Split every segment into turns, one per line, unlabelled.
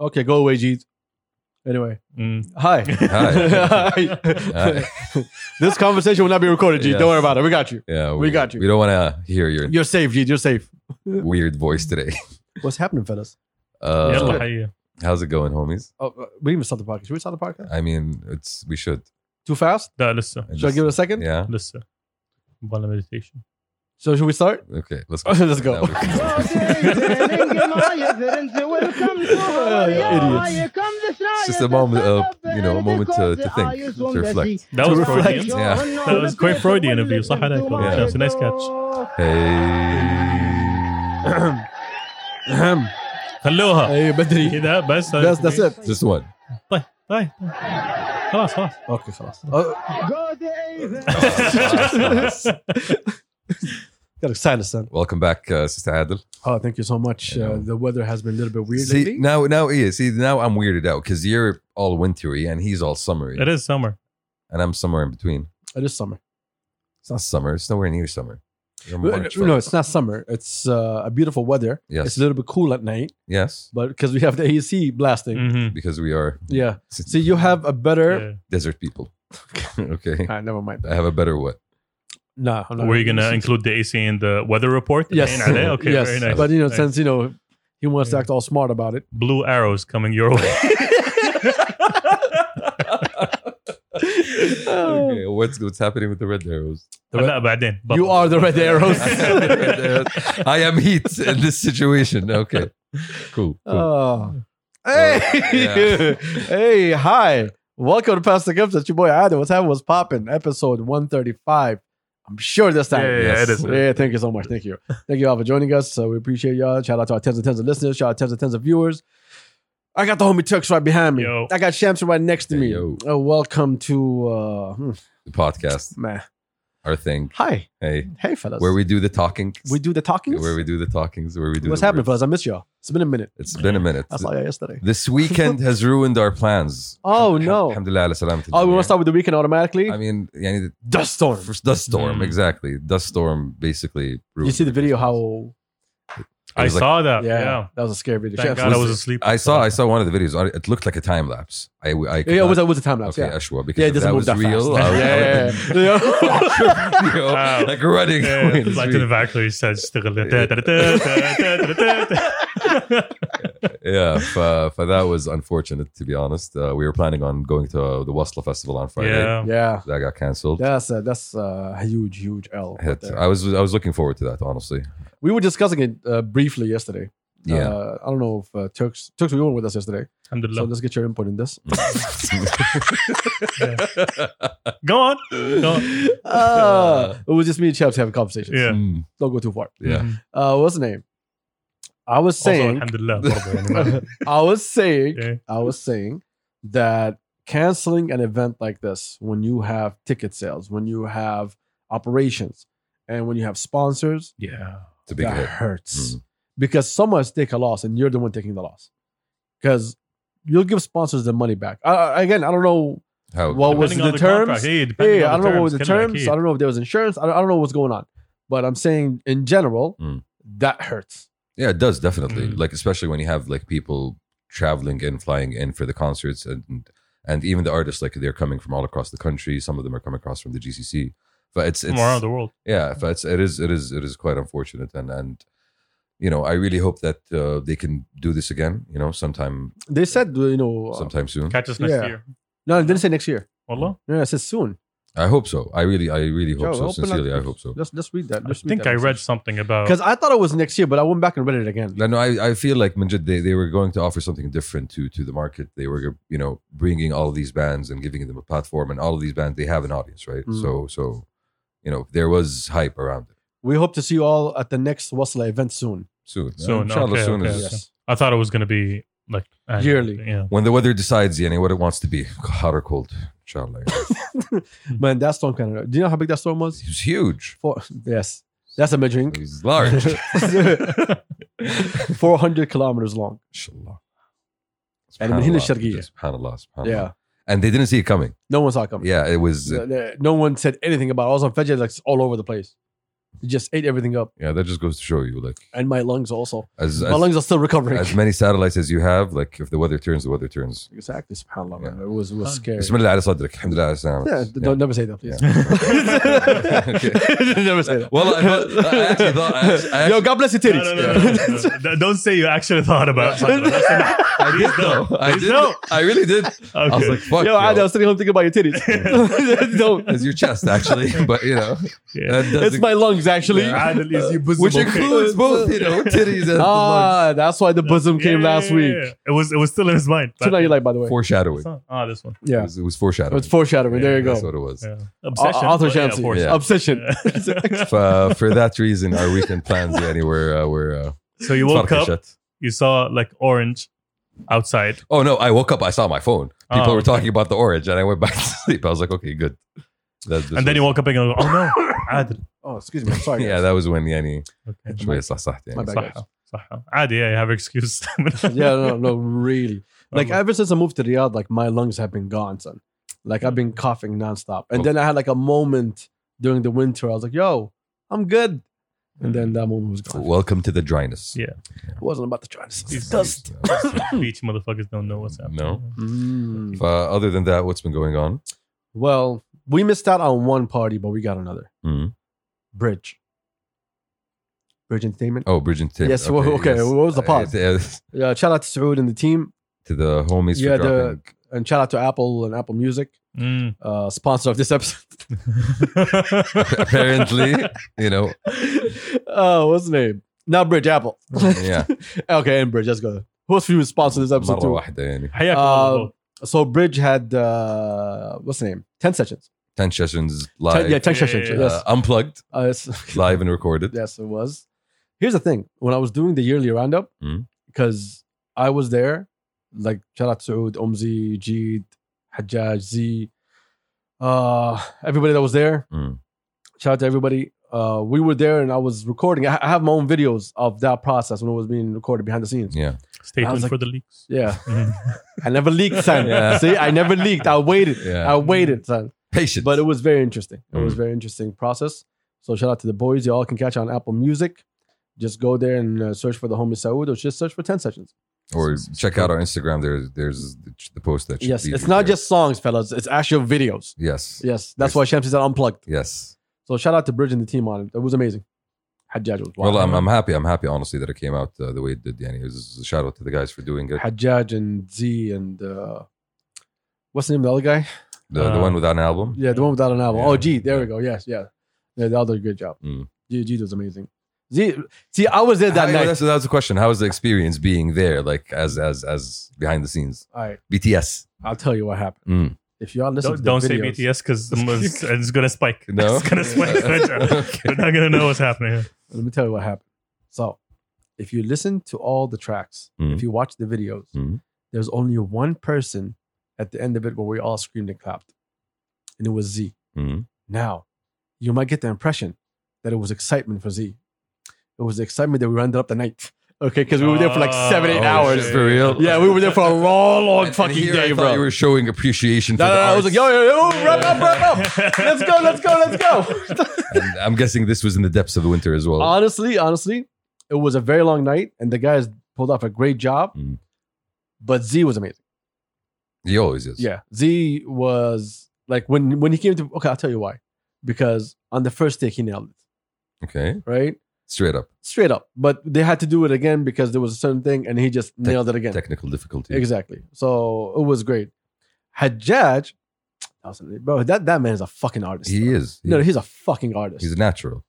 Okay, go away, Jeez. Anyway,
Mm.
hi.
Hi.
this conversation will not be recorded, Jeez.
Yes.
Don't worry about it. We got you.
Yeah,
We got you.
We don't want to hear your
You're safe, Jeez. You're safe.
weird voice today.
What's happening, fellas?
Yalla,
Uh,
hiya.
how's it going, homies?
Oh, uh, we didn't even start the podcast. Should we start the podcast?
I mean, it's we should.
Too fast?
لا لسه
I
Should I
just-
give it a second?
Yeah.
لسه بلا meditation
So should we start?
Okay. Let's go.
Let's go.
Idiots. It's just a moment of, you know, a moment to, to think, to reflect.
That was
reflect.
Freudian.
Yeah.
That was quite Freudian of you. صح عليك والله.
Yeah.
That was a nice catch.
Hey.
خلوها
Hey, Badri.
كذا بس
That's, that's it.
Just one.
طيب طيب خلاص خلاس
Okay, خلاص. Uh, got excited, son.
Welcome back, uh, Sister Adil.
Oh, thank you so much.
Yeah.
Uh, the weather has been a little bit weird
See,
lately.
now, now, yeah, see, now I'm weirded out because you're all wintry and he's all summery,
It is summer.
and I'm somewhere in between.
It is Uh, summer.
It's not summer. It's nowhere near summer. You're
No,
March,
Uh, no,
right?
it's not summer. It's uh, a beautiful weather.
Yes.
It's a little bit cool at night,
yes,
but because we have the AC blasting.
Mhm.
because we are
Yeah. See, you have a better.
Yeah.
desert people. okay,
Ah, never mind.
I have a better what?
Nah, I'm not-
Were you gonna include the AC in the weather report?
Yes.
يعني عليه? Okay,
yes.
very nice.
But you know,
Thanks.
since you know, he wants to
Yeah.
act all smart about it.
blue arrows coming your way.
Oh.
okay, what's what's happening with the red arrows?
لا بعدين
You are the red arrows.
I am the red arrows. I am heat in this situation. Okay, cool. cool.
Oh. Hey,
yeah.
hey, hi. Welcome to Pastor Gibbs. It's your boy Adam. What's happening? What's popping? Episode 135. I'm sure this time.
Yeah, yeah,
Yes.
it is.
Yeah, thank you so much. Thank you. Thank you all for joining us. So we appreciate y'all. Shout out to our tens and tens of listeners. Shout out to tens and tens of viewers. I got the homie Tux right behind me.
Yo.
I got Shamsu right next to
Hey,
me.
yo.
Uh, welcome to uh hmm,
The podcast,
man.
our thing.
Hi.
Hey,
Hey fellas.
where we do the talking.
we do the talking.
where we do the talkings. Where we do
What's
the
happening,
words.
fellas? I miss y'all. It's been a minute.
It's been a minute.
I saw y'all yesterday.
This weekend has ruined our plans.
Oh
Alham-
no.
Alhamdulillah ala salamat
Oh, we
al-jamia.
want to start with the weekend automatically.
I mean, yani, the
Dust storm.
first dust storm,
Mm.
exactly. Dust storm basically ruined.
Hmm. You see the
our
video?
plans.
How?
It
I
was like-
saw that.
yeah,
Yeah.
that was a scary video.
Thank
Yeah,
God I
it
was
was.
asleep.
I saw I saw one of the videos. It looked like a time lapse. I I could
Yeah, it
not-
was a, it was a time lapse.
okay
yeah,
Ashwa because
yeah, it
if
doesn't
that
move
was
that
real.
fast.
I would- I
yeah, yeah,
would've
yeah.
been, you know,
Wow.
like running.
Yeah,
away in the
it's like
street.
in the background, he said,
yeah, for, that was unfortunate to be honest. Uh, we were planning on going to uh, the Wasla Festival on Friday.
Yeah.
yeah.
That got cancelled.
That's a, that's a huge, huge L. right
Hit.
there.
I was I was looking forward to that honestly.
we were discussing it uh, briefly yesterday.
Yeah.
Uh, I don't know if uh, Turks Turks we were with us yesterday, so
Alhamdulillah.
let's get your input in this.
Go on. Go on.
Uh, it was just me and Chaps having conversations.
Yeah.
Mm,
Don't go too far.
yeah.
Mhm.
Uh, what's the name? I was
Also,
saying,
Alhamdulillah. برضه يعني ما-
I was saying,
Yeah.
I was saying that canceling an event like this, when you have ticket sales, when you have operations, and when you have sponsors,
Yeah.
It's a big
that
hit.
hurts
Mm.
because someone has take a loss, and you're the one taking the loss because you'll give sponsors the money back. I- I, again, I don't know.
How
Well, was it
Depending on
the terms?
contract. Yeah, depending
yeah, I
on
don't
the
know what was the
terms.
terms. I
كلها
don't know if there was insurance. I don't, I don't know what's going on, but I'm saying in general
Mm.
that hurts.
Yeah, it does definitely.
Mm.
Like especially when you have like people traveling in, flying in for the concerts, and and even the artists like they're coming from all across the country. Some of them are coming across from the GCC. But it's
أكيد.
it's
From around the world.
yeah, but it's it is it is it is quite unfortunate, and and you know I really hope that uh, they can do this again. You know, sometime
They said you know uh,
sometime soon.
Catch us next
Yeah.
year.
no, they didn't say next year.
والله
Yeah, it says soon.
I hope so. I really I really hope
Joe,
so.
open up-
Sincerely, I hope so.
Let's let's read that.
I think I read something about
because I thought it was next year, but I went back and read it again.
No, I, I feel like Manjit, they, they were going to offer something different to to the market. They were, you know, bringing all of these bands and giving them a platform, and all of these bands they have an audience, right?
Mm.
So so, you know, there was hype around it.
We hope to see you all at the next Wasla event soon.
Soon,
Soon,
Inshallah,
okay,
soon
okay,
is-
okay. I thought it was going to be like annual.
Yearly.
Yeah.
when the weather decides, yani, what it wants to be, hot or cold. Inshallah, it
Mm-hmm.
Man, that storm kind of. Do you know how big that storm was?
was huge.
Four, yes, that's a measuring.
It was large.
Four hundred kilometers long.
Inshallah.
And من هنا
Subhanallah.
الشرقية.
Subhanallah. Subhanallah.
Yeah,
and they didn't see it coming.
no one saw it coming.
Uh-huh. Yeah, it was.
No- No one said anything about. it. I was on Fajr, like all over the place. It just ate everything up,
Yeah, that just goes to show you, like,
and my lungs also.
as
my
as,
lungs are still recovering.
as many satellites as you have, like, if the weather turns, the weather turns.
exactly. Subhanallah, man.
Yeah.
It was it was
Huh.
scary.
Bismillah ala sadrik, alhamdulillah ala
Yeah,
salamat.
d- don't never say that, please.
Okay.
never say that.
Well, I, thought- I actually thought. I actually,
Yo,
I actually,
God bless your
No,
titties.
no, no, no, no, no, no. Don't say you actually thought about something. That's enough.
I did
don't.
though. I
Please
did.
don't.
I really did. I was
Okay.
like, fuck.
Yo,
yo.
I was sitting home thinking about your titties. Don't.
It's your chest, actually, but you know,
Yeah.
that
It's
doesn't-
my lungs, actually.
Adel is your bosom
which
okay.
includes both, you know, titties and lungs.
Ah, that's why the bosom
Yeah,
came
yeah,
last
yeah,
week.
yeah. It was it was still in his mind.
So now you like, by the way.
Foreshadowing.
Ah, this one.
It
yeah,
was, it was foreshadowing.
it's foreshadowing. there you
That's
go.
what it was.
Yeah.
Au-
Obsession.
Author
but yeah,
Shamsi.
force.
Yeah.
Obsession.
Yeah.
For, uh, for that reason, our weekend plans anywhere uh, were. Uh,
So you woke up,
Farkashat.
you saw like orange outside.
Oh no! I woke up. I saw my phone.
Oh,
People were
okay.
talking about the orange, and I went back to sleep. I was like, okay, good. That, this
and then you
was-
woke up again and go, oh no, Adel.
Oh, excuse me. I'm sorry.
Yeah,
guys.
that was when yani
Okay.
شوية صحصحت
My
يعني.
bad.
صح صح عادي yeah, you have excuse
yeah, no, no, really. Like
Okay.
ever since I moved to Riyadh, like my lungs have been gone, son. Like I've been coughing nonstop, and then I had like a moment during the winter. I was like, "Yo, I'm good," and then that moment was gone.
Welcome to the dryness.
Yeah.
It wasn't about the Chinese.
It's dust. beach motherfuckers don't know what's happening
No.
Mm.
Uh, other than that, what's been going on?
Well, we missed out on one party, but we got another
Mhm.
bridge. Bridge Entertainment.
Oh, Bridge and Tim.
Yes, well, okay, what was the pause? Yeah, shout out to Saud and the team,
Uh, to the homies
Yeah,
for
the-
dropping.
and shout out to Apple and Apple Music,
Mm.
uh, sponsor of this episode.
Apparently, you know,
Oh, what's his name? Not Bridge Apple.
yeah.
okay, and Bridge. Let's go. Who's who sponsored this episode
مرة
too?
واحدة يعني.
حياك
Uh,
الله.
So Bridge had uh, what's the name? Ten sessions.
10 sessions
Ten,
live.
yeah, ten
Yeah,
sessions.
yeah,
Yes,
uh, unplugged,
Uh, it's-
live and recorded.
yes, it was. Here's the thing: when I was doing the yearly roundup,
Mhm.
because I was there, like shout out Saud, Omzi, Jeed, Hajjaj, Z, uh, everybody that was there.
Mm.
Shout out to everybody. Uh, we were there, and I was recording. I, I have my own videos of that process when it was being recorded behind the scenes.
Yeah.
stay
I was
tuned
like-
for the leaks
Yeah,
Mm.
I never leaked, son.
Yeah.
See, I never leaked. I waited.
Yeah.
I waited, son.
Patient.
But it was very interesting. It was
Mm.
very interesting process. So shout out to the boys. Y'all can catch on Apple Music. Just go there and uh, search for the homie Saud, or just search for ten sessions.
or check out our Instagram. There's there's the, the post that should
yes,
be
it's not
there.
just songs, fellas. It's actual videos.
Yes.
Yes, that's why Shams is unplugged.
Yes.
So shout out to Bridge and the team on it. It was amazing. Hajjaj was wild.
Well, I'm, I'm happy. I'm happy, honestly, that it came out uh, the way it did. Yani, it was a shout out to the guys for doing it.
Hajjaj and Z and uh, what's the name of the other guy?
The, the
Uh,
one without an album.
Yeah, the one without an album.
Yeah.
Oh, G, there we go. Yes, yeah. yeah that was a good job.
Mm.
G, G does amazing. Z, see, I was there that
How-
night.
That's, that was the question. How was the experience being there, like as as as behind the scenes?
All right,
BTS.
I'll tell you what happened.
Mm.
If y'all listen,
don't,
to
don't
the
say
videos-
BTS because it's, it's gonna spike
No?
it's gonna spike
Okay.
we're not gonna know what's happening here.
Let me tell you what happened. So, if you listen to all the tracks,
Mm.
if you watch the videos,
Mm.
there's only one person at the end of it where we all screamed and clapped, and it was Z.
Mm.
Now, you might get the impression that it was excitement for Z. It was the excitement that we ended up the night. Okay, because we were there for like seven, eight
Oh,
hours.
shit. For real?
Yeah, we were there for a long, long
And- and
fucking
here I
day,
thought
bro.
You were showing appreciation.
No,
for
no,
the
no, I was like,
arts.
yo, yo, yo, Oh, wrap up, wrap up. Let's go, let's go, let's go.
And I'm guessing this was in the depths of the winter as well.
honestly, honestly, it was a very long night, and the guys pulled off a great job.
Mm.
But Z was amazing.
he always is.
Yeah, Z was like when when he came to. Okay, I'll tell you why. Because on the first take he nailed it,
Okay.
right?
Straight up
Straight up. But they had to do it again because there was a certain thing, and he just nailed it again.
technical difficulty.
Exactly. So it was great. Hajjaj, that was- bro, that that man is a fucking artist.
He
bro.
is. He
No,
is.
he's a fucking artist.
He's a natural.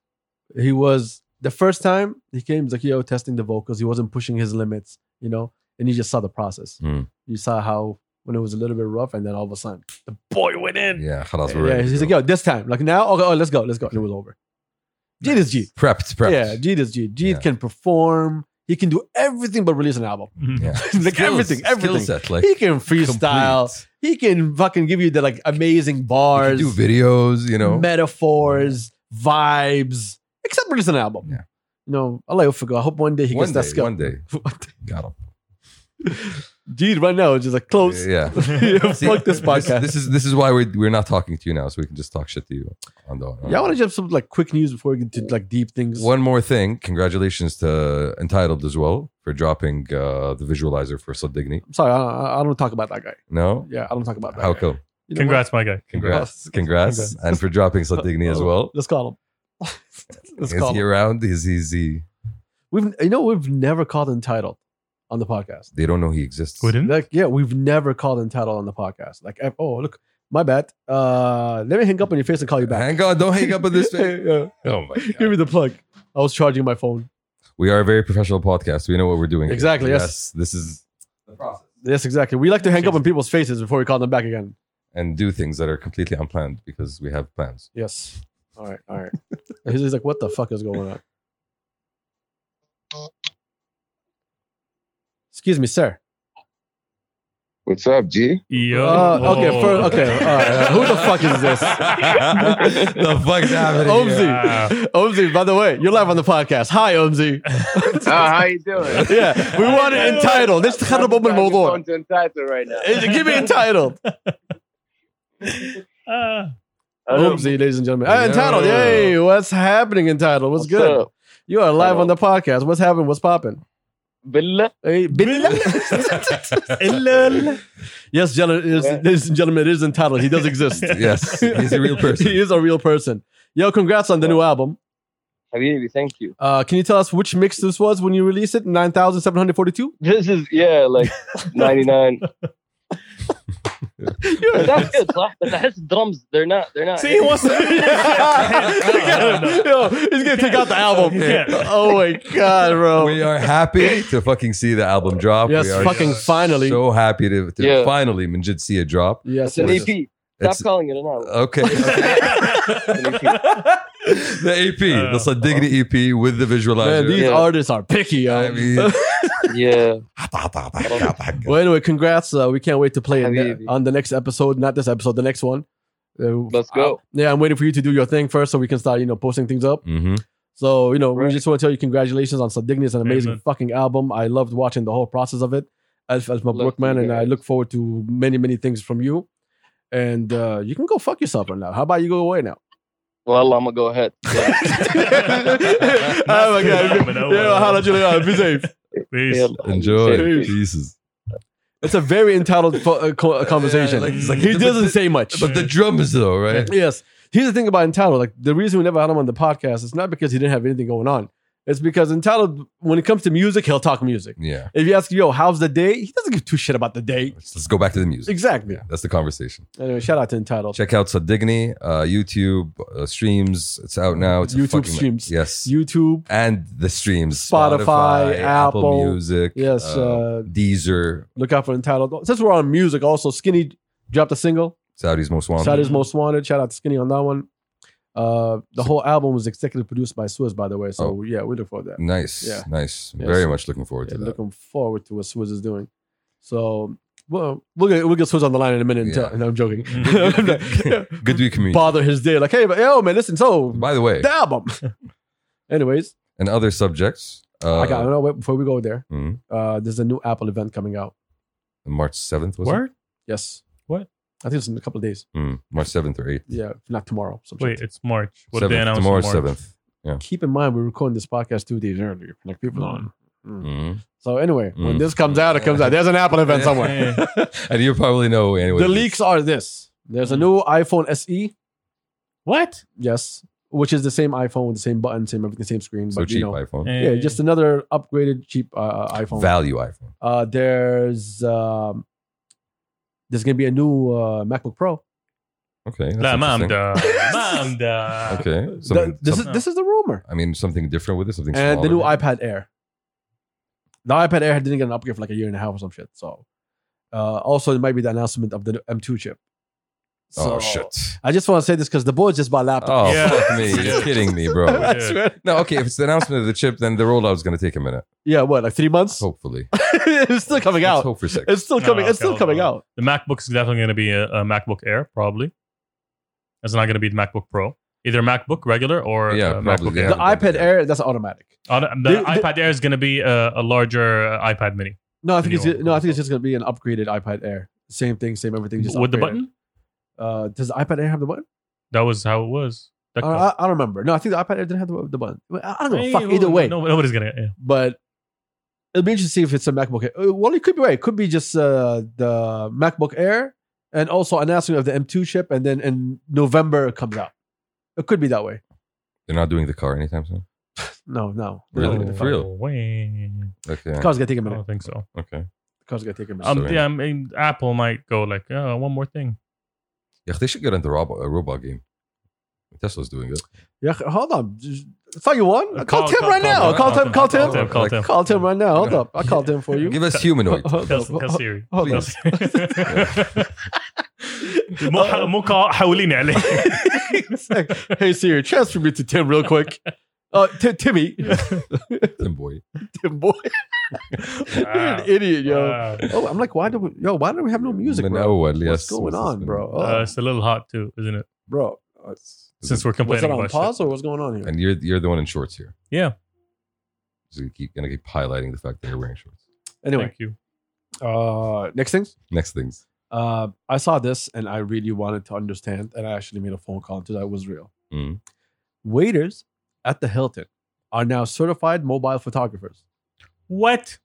he was the first time he came he's like yo testing the vocals he wasn't pushing his limits you know and you just saw the process
Mm.
you saw how when it was a little bit rough and then all of a sudden the boy went in
Yeah. Khalas, we're
yeah,
ready to
he's like
go.
yo this time like now okay oh, let's go let's go and it was over Jeet is Jeet
prepped, prepped.
yeah Jeet is Jeet Jeet
Yeah.
can perform he can do everything but release an album
Yeah.
like
Skills-
everything everything
Skill set, like
he can freestyle
complete.
he can fucking give you the like amazing
You
bars
can do videos, you know.
metaphors, vibes, except for just an album.
Yeah.
You know, Allah Yufiqu. I hope one day he
one
gets
day,
that skill.
one day,
One day.
got him.
Dude, right now it's just like close.
Yeah. See,
Oh, Fuck this podcast.
This, this is this is why we're, we're not talking to you now, so we can just talk shit to you on the. On
yeah, I want to jump some like quick news before we get to like deep things.
One more thing. Congratulations to Entitled as well for dropping uh, the visualizer for Subdigny.
I'm sorry, I, I- I don't talk about that guy.
No?
Yeah, I don't talk about that.
How
guy.
come?
You know
Congrats, my guy.
what?
Congrats. Congrats.
Congrats.
And for dropping Subdigny as well.
Uh, oh, Let's call him. Let's
Is
call
he
him.
around? Is he, is he?
We've you know we've never called entitled on the podcast.
They don't know he exists.
Wouldn't?
Like yeah, we've never called entitled on the podcast. Like I- oh look, my bad. Uh, let me hang up on your face and call you back.
Hang on, don't hang up on this. man.
Yeah.
oh my
Give me the plug. I was charging my phone.
We are a very professional podcast. We know what we're doing. here.
Exactly, yes.
This is the process.
Yes, exactly. We like to hang up on people's faces before we call them back again.
And do things that are completely unplanned because we have plans.
Yes. All right. All right. he's, he's like, what the fuck is going on? Excuse me, sir.
What's up, G?
Yo.
Uh, okay,
Whoa.
for- okay, all right. uh, Who the fuck is this? Oh,
the fuck's happening?
Omzi.
here?
Yeah.
Omzi, by the way, you're live on the podcast. Hi, Omzi.
Uh, how you doing?
yeah, we want it entitled. Let's خرب أم الموضوع.
I'm going title right now.
Eh, Give me entitled.
Uh,
Hello.
Omzi, ladies and gentlemen. Ah, entitled.
Yeah.
Hey, what's happening, entitled? What's, good?
up?
You are live
Hello.
on the podcast. What's happening? What's popping?
Billa?
Hey,
Illul.
Yes, gen- it is-
Yeah.
ladies and gentlemen, it is entitled. He does exist.
yes, he's a real
he
person.
is a real person. Yo, congrats on the new album.
Habibi, thank you.
Uh, can you tell us which mix this was when you released it? 9,742?
This is, yeah, like 99. But that's good, صح? But that's drums. They're not, they're not.
See, he wants
Look at
to.
him. Yo, he's going to take out the album.
Yeah.
Oh my God, bro.
We are happy to fucking see the album drop.
Oh. Yes,
we are
fucking finally.
So happy to, to
Yeah.
finally Manjit see a drop.
yes,
It's an
yes.
AP. E Stop
It's-
calling it an album.
Okay. the EP,
Uh,
the Sadignity EP with the
Uh-huh.
visualizer.
Man, these
Yeah.
artists are picky, yo.
I mean,
Yeah.
well, anyway, congrats. Uh, we can't wait to play it ne-
Habibi.
on the next episode. Not this episode, the next one. Uh,
Let's go.
yeah, I'm waiting for you to do your thing first so we can start, you know, posting things up.
Mhm.
So, you know, we
Right.
just want to tell you congratulations on Sadigni. It's an amazing
Amen.
fucking album. I loved watching the whole process of it. Alf Alf Mabruk,
Love
man.
you
And I
guys.
look forward to many, many things from you. And uh, you can go fuck yourself right now. How about you go away now?
Well, I'm going to go ahead. Yeah.
oh my God. Yeah, holla, Julia. Be safe.
Peace.
Yalla.
Enjoy.
Peace.
Jesus.
It's a very entitled fo- uh, co- uh, conversation.
Yeah, like- it's like-
he
but
doesn't
the-
say much.
But the drums, though, right?
yes. Here's the thing about Entitled. Like the reason we never had him on the podcast is not because he didn't have anything going on. It's because Entitled, when it comes to music, he'll talk music.
Yeah.
If you ask, yo, how's the day? He doesn't give two shit about the day.
Let's, let's go back to the music.
Exactly.
Yeah, that's the conversation.
Anyway, shout out to Entitled.
Check out Sadigny, uh, YouTube uh, streams. It's out now. It's a
YouTube
fucking-
streams.
Yes.
YouTube.
and the streams
Spotify, Apple.
Music,
Yes.
uh,
Uh,
Deezer,
look out for Entitled. Since we're on music, also Skinny dropped a single.
Saudi's Most Wanted.
Saudi's Most Wanted. Shout out to Skinny on that one. Uh, the whole album was executive produced by Swizz, by the way. So
Oh.
yeah, we look forward to that.
nice,
Yeah.
nice.
Yes.
Very much looking forward
Yeah,
to that.
looking forward to what Swizz is doing. So, well, we'll get we'll get Swizz on the line in a minute. And
Yeah.
tell, no, I'm joking. I'm not-
Good- Good good to be community.
Bother his day, like, hey, but, yo, man, listen. So
By the way,
the album. Anyways,
and other subjects. Uh,
I got. No, wait, before we go there,
mhm,
uh, there's a new Apple event coming out.
March seventh was
Word?
Yes.
What?
I think it's in a couple of days.
it? Mm, March seventh or eighth.
Yeah, if not tomorrow. some shit.
Wait, it's March. What did they
Seventh
announce?
tomorrow's
in March?
seventh.
Keep in mind we're recording this podcast two days earlier. Like people on.
Mhm.
So anyway, when
Mm.
this comes out, it comes out. There's an Apple event somewhere.
and you probably know anyway.
the leaks are this. There's a new iPhone SE.
Mm. What?
Yes. Which is the same iPhone with the same button, same everything, same screen.
So
but
cheap
you know,
iPhone,
Eh,
yeah, just another upgraded cheap uh, iPhone.
value iPhone.
uh, there's um, there's gonna be a new uh, MacBook Pro.
Okay, that's
La
interesting.
mamda. Mamda.
Okay,
The-
something-
this
some-
is this is the rumor.
I mean something different with it. Something
and the new
smaller.
iPad Air. The iPad Air didn't get an upgrade for like a year and a half or some shit. So, uh, also it might be the announcement of the new M2 chip. So,
Oh shit!
I just want to say this because the boys just bought laptops.
Oh
Yeah.
fuck me! You're kidding me, bro.
I swear.
No, okay. If it's the announcement of the chip, then the rollout is going to take a minute.
Yeah, what like three months?
Hopefully,
it's still coming
Let's
out.
Hope for six.
It's still
No,
coming. It's still
okay,
coming
hold
out.
The MacBook's definitely going to be a, a MacBook Air, probably. It's not going to be the MacBook Pro. Either MacBook regular or
Yeah,
uh,
probably,
MacBook
yeah.
Air.
The
haven't done
iPad
it yet.
Air that's automatic.
Oh, the the
They- they-
iPad Air is going to be a, a larger uh, iPad Mini.
No, I think it's
Anyone.
no, I think it's just gonna be an upgraded iPad Air. Same thing, same everything. Just
with the
upgraded.
button.
Uh, does the iPad Air have the button?
That was how it was.
I,
That
Uh, I, I don't remember. No, I think the iPad Air didn't have the, the button. Well, I I don't know.
Hey,
fuck
who-
either way.
No, nobody's gonna. Yeah.
But it'll be interesting to see if it's a MacBook. Air. Uh, Well, it could be right. It could be just uh, the MacBook Air and also announcement of the M2 chip, and then in November it comes out. It could be that way.
They're not doing the car anytime soon.
No, no,
Really?
No,
No
For real?
Way.
Okay.
The car's gonna take a
I
minute.
don't think so.
Okay.
The car's gonna take a minute.
Um,
Sorry.
yeah, I mean, Apple might go like, oh, one more thing.
Yeah, they should get into robot, a robot game. Tesla's doing it.
yeah, hold on. Just- I thought you won. I call,
Call-
Tim
call-
right
call
now.
Tim.
Call Tim. Call
Call
Tim.
Tim. Call
Like,
Tim.
Call Tim right now. Hold
Yeah.
up. I called Tim for you.
Give us humanoid.
Hold
Tell,
up.
tell Siri.
hold
Tell
up.
Siri.
Uh,
مو ح- مو قا- حاولين عليه
hey Siri, transfer me to Tim real quick. Uh, Ti- Timmy,
Them boy.
Tim boy, you're an idiot, yo.
Wow.
oh, I'm like, why do we, yo, why do we have no music,
من
bro?
أول,
What's
yes.
going on, bro? Oh,
Uh, it's a little hot too, isn't it?
bro, uh,
Since we're
was
complaining
it on
about
pause
shit.
or what's going on here?
And you're you're the one in shorts here.
Yeah.
So you keep gonna keep highlighting the fact that you're wearing shorts.
Anyway,
Thank you.
uh, next things.
Next things.
Uh, I saw this and I really wanted to understand, and I actually made a phone call until that was real.
Mm.
Waiters at the Hilton are now certified mobile photographers.
What?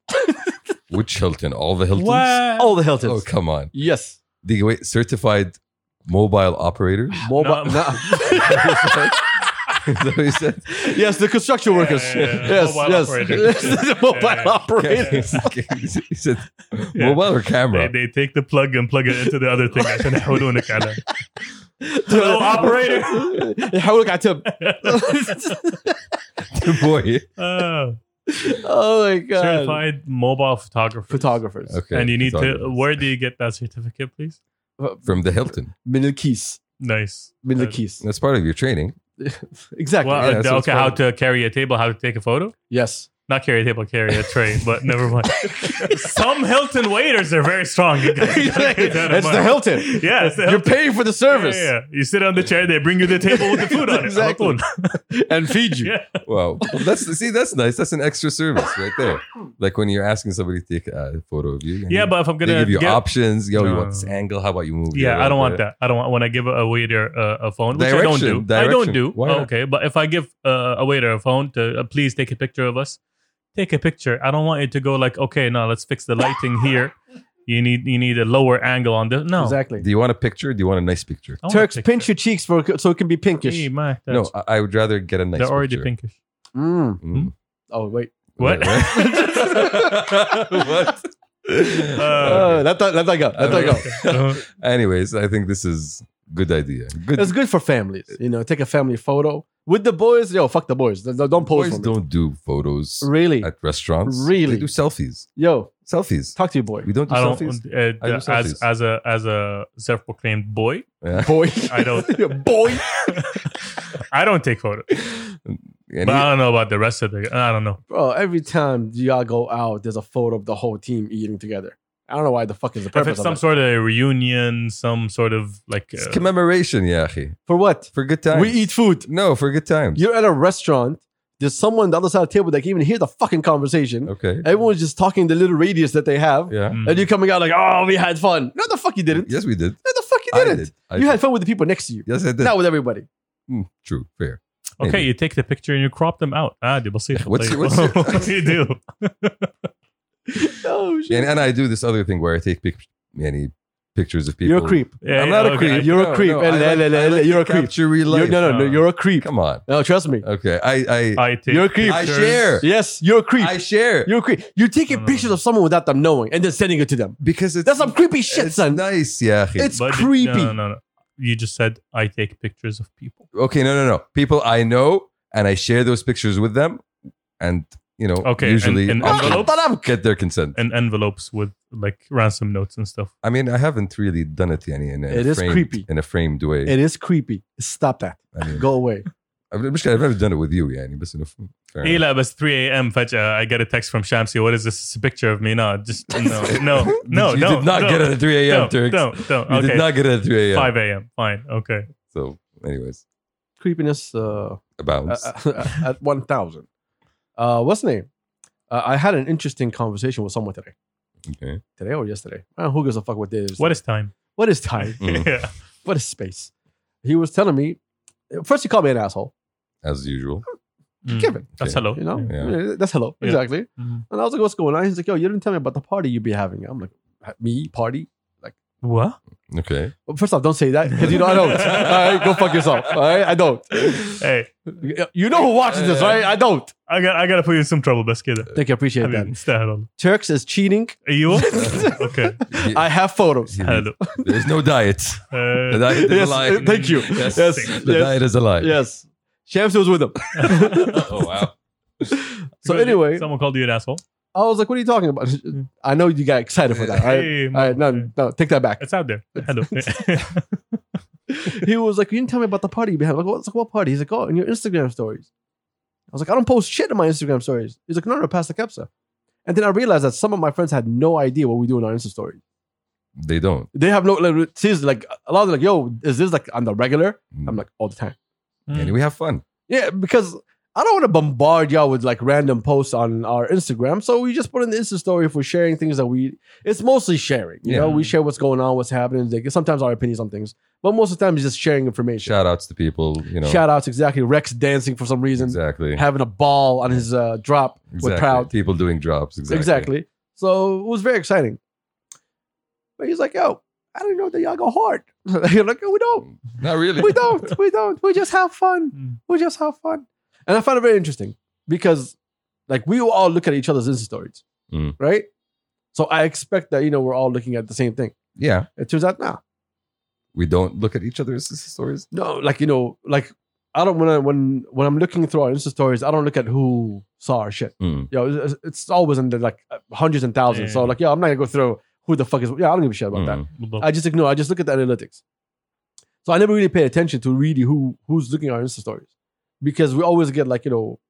Which Hilton? All the Hiltons?
What?
All the Hiltons.
Oh come on.
Yes.
The wait, certified mobile operator?
Mobile.
No.
no.
Is that what you said?
yes, the construction
Yeah,
workers.
yeah, yeah.
Yes,
Mobile
yes.
operators.
the mobile
Yeah, yeah.
operators.
he said
Yeah.
mobile or
They,
camera?
they take the plug and plug it into the other thing عشان يحولونك على Hello, operator.
حولك على تب.
Boy.
Oh,
Oh my god.
certified mobile photographer.
Photographers.
Okay.
And you need to.
photographer.
Where do you get that certificate, please?
from the Hilton.
من الكيس.
Nice.
من
Uh,
الكيس.
That's part of your training.
Exactly.
Well,
Yeah,
uh,
so it's
okay. How to
probably-
carry a table? How to take a photo?
Yes.
Not carry a table, carry a tray. but never mind. Some Hilton waiters are very strong. You guys gotta keep that in
it's the
mind.
Hilton.
Yeah, it's the
You're
Hilton.
paying for the service
Yeah, yeah, yeah. You sit on the chair, they bring you the table with the food on it.
Exactly.
Al-Tun.
and feed you.
Yeah.
Wow, that's see, that's nice. That's an extra service right there. Like when you're asking somebody to take a photo of you. and
Yeah, but if I'm
they
gonna
give you
get,
options. Yo, you
No.
want this angle? How about you move?
yeah,
your-
I don't want that. I don't want when I give a waiter uh, a phone, which I don't do.
Direction,
I
direction.
don't do.
Why not?
okay, but if I give uh, a waiter a phone to uh, please take a picture of us, take a picture. I don't want it to go like, okay, no, let's fix the lighting here. You need you need a lower angle on this. No,
Exactly.
Do you want a picture? Do you want a nice picture?
I want a
Turks
picture.
pinch your cheeks for so it can be
Hey,
pinkish.
my,
No,
that's-
I, I would rather get a nice.
they're already
picture.
pinkish.
Mm.
Mm.
Oh wait.
What?
what?
Uh, let that let that go. Let that go.
Uh,
Anyways, I think this is good idea. Good.
It's good for families. You know, take a family photo with the boys. Yo, fuck the boys. Don't- Don't pose
Boys
for me.
don't do photos
Really?
at restaurants.
Really?
they do selfies.
Yo,
Selfies.
talk to your boy.
We don't do
I don't.
selfies.
Uh,
I do
as
selfies.
as a as a self-proclaimed boy,
Yeah.
Boy.
I don't.
Your boy.
I don't take photos.
And
But I don't know about the rest of the. I don't know.
Bro, every time y'all go out, there's a photo of the whole team eating together. I don't know why the fuck is the
If
purpose
it's
of
some
it.
sort of reunion, some sort of like
It's
uh,
commemoration, Yahi.
For what?
For good times.
We eat food.
No, for good times.
You're at a restaurant. There's someone on the other side of the table that can even hear the fucking conversation.
okay.
Everyone's just talking the little radius that they have.
Yeah.
mm.
And you're coming out like, oh, we had fun. No, the fuck you didn't.
Yes, we did.
No, the fuck you
I
didn't.
did. I
you
did.
had fun with the people next to you,
Yes, I did.
not with everybody.
Mm, true. Fair.
okay,
Maybe.
you take the picture and you crop them out. Ah, دي بسيطة.
What's-
طيب.
what's-
what do you do?
Oh, shit.
And, and I do this other thing where I take pic- many pictures of people.
You're a creep.
Yeah,
I'm not a
okay.
creep.
You're
No,
a creep.
no,
Eh,
I
eh,
like-
eh,
I
eh,
like
You're a
to
creep.
Capture real
You're,
life.
no, no, no.
Uh,
You're a creep.
Come on.
No, trust me.
Okay. I I,
I take
You're a creep.
I
pictures.
share.
Yes, you're a creep.
I share
You're a creep. You're taking
No, no, no.
pictures of someone without them knowing and then sending it to them.
because it's
That's some creepy shit,
it's
son.
Nice, yeah.
It's
But you-
creepy.
No, no, no. You just said I take pictures of people.
okay. No, no, no. People I know, and I share those pictures with them, and you know,
Okay,
usually
and- and
I'll
envelope?
But I'm-
get their consent.
And envelopes with like ransom notes and stuff.
I mean, I haven't really done it any in a
It is
framed,
creepy.
in a framed way.
It is creepy. Stop that.
I mean,
Go away.
I've, مش I've never done it with you يعني بس انه fair
إيه
enough.
لا بس 3 a.m. فجأة I get a text from Shamsi. What is this? It's a picture of me. No, just no, no, no.
you
no,
did not
no,
get it at 3 a.m.
Don't,
Turks.
don't, don't.
You
okay.
did not get it at 3 a.m.
5 a.m. Fine. Okay.
So, anyways,
Creepiness uh,
a bounce.
at, at Uh, 1,000. Uh, what's the name? Uh, I had an interesting conversation with someone today.
Okay.
Today or yesterday? Uh, who gives a fuck what day it is?
What is time?
what is time?
Mm.
yeah.
What is space? He was telling me. First, he called me an asshole.
As usual.
Mm.
Kevin,
That's
Okay.
hello.
you know,
Yeah.
Yeah, that's hello,
Yeah.
exactly.
Mhm.
And I was like, "What's going on?" He's like, "Yo, you didn't tell me about the party you be having." I'm like, "Me party?
What?
Okay.
Well, first off, don't say that because you know I don't. All right, go fuck yourself. All right, I don't.
Hey,
You know who watches this, right? I don't.
I got I gotta put you in some trouble بس كده.
Thank you, appreciate that.
حبيبي تستاهل
Turks is cheating.
ايوه اوكي
He-
I have photos.
he-
حلو
there's no diet. The
آه،
diet is
Yes,
a lie.
uh, thank you.
Yes.
Yes,
The
yes.
diet is a lie.
Yes, Shams was with him.
Oh, wow.
So anyway,
someone called you an asshole
I was like, "What are you talking about?" I know you got excited for that. All right,
Hey,
all right no,
motherfucker.
no, take that back.
it's out there hello Mm.
he was like, "You didn't tell me about the party you had." I'm Like, what's like what party? He's like, "Oh, in your Instagram stories." I was like, "I don't post shit in my Instagram stories." He's like, "No, no, pass the capsa." And then I realized that some of my friends had no idea what we do in our Insta stories.
They don't.
They have no like, seriously, like a lot of them like, "Yo, is this like on the regular?" I'm like, "All the time."
and we have fun.
Mm.
Yeah, because I don't want to bombard y'all with like random posts on our Instagram. So we just put in the Insta story for sharing things that we. It's mostly sharing. You know,
Yeah.
we share what's going on, what's happening. Like, sometimes our opinions on things, but most of the time it's just sharing information.
Shout outs to people, you know.
Shout outs exactly. Rex dancing for some reason,
Exactly.
having a ball on his uh, drop
Exactly.
with Proud.
People doing drops. Exactly.
Exactly. So it was very exciting. But he's like, "Yo, I don't know that y'all go hard." You're like, "We don't,
Not really.
we don't, we don't. We just have fun.
Mm.
We just have fun." And I found it very interesting because, like, we all look at each other's Insta stories,
Mm.
right? So I expect that you know we're all looking at the same thing.
Yeah.
It turns out, nah,
We don't look at each other's stories.
no, like you know, like I don't when I, when when I'm looking through our Insta stories, I don't look at who saw our shit.
Mm.
you know, it's, it's always in the like hundreds and thousands. So
Yeah.
like, yeah, I'm not gonna go through who the fuck is. Yeah, I don't give a shit about
Mm.
Hmm.
that. I just ignore. I just look at the analytics. So I never really pay attention to really who who's looking at our Insta stories because we always get like you know,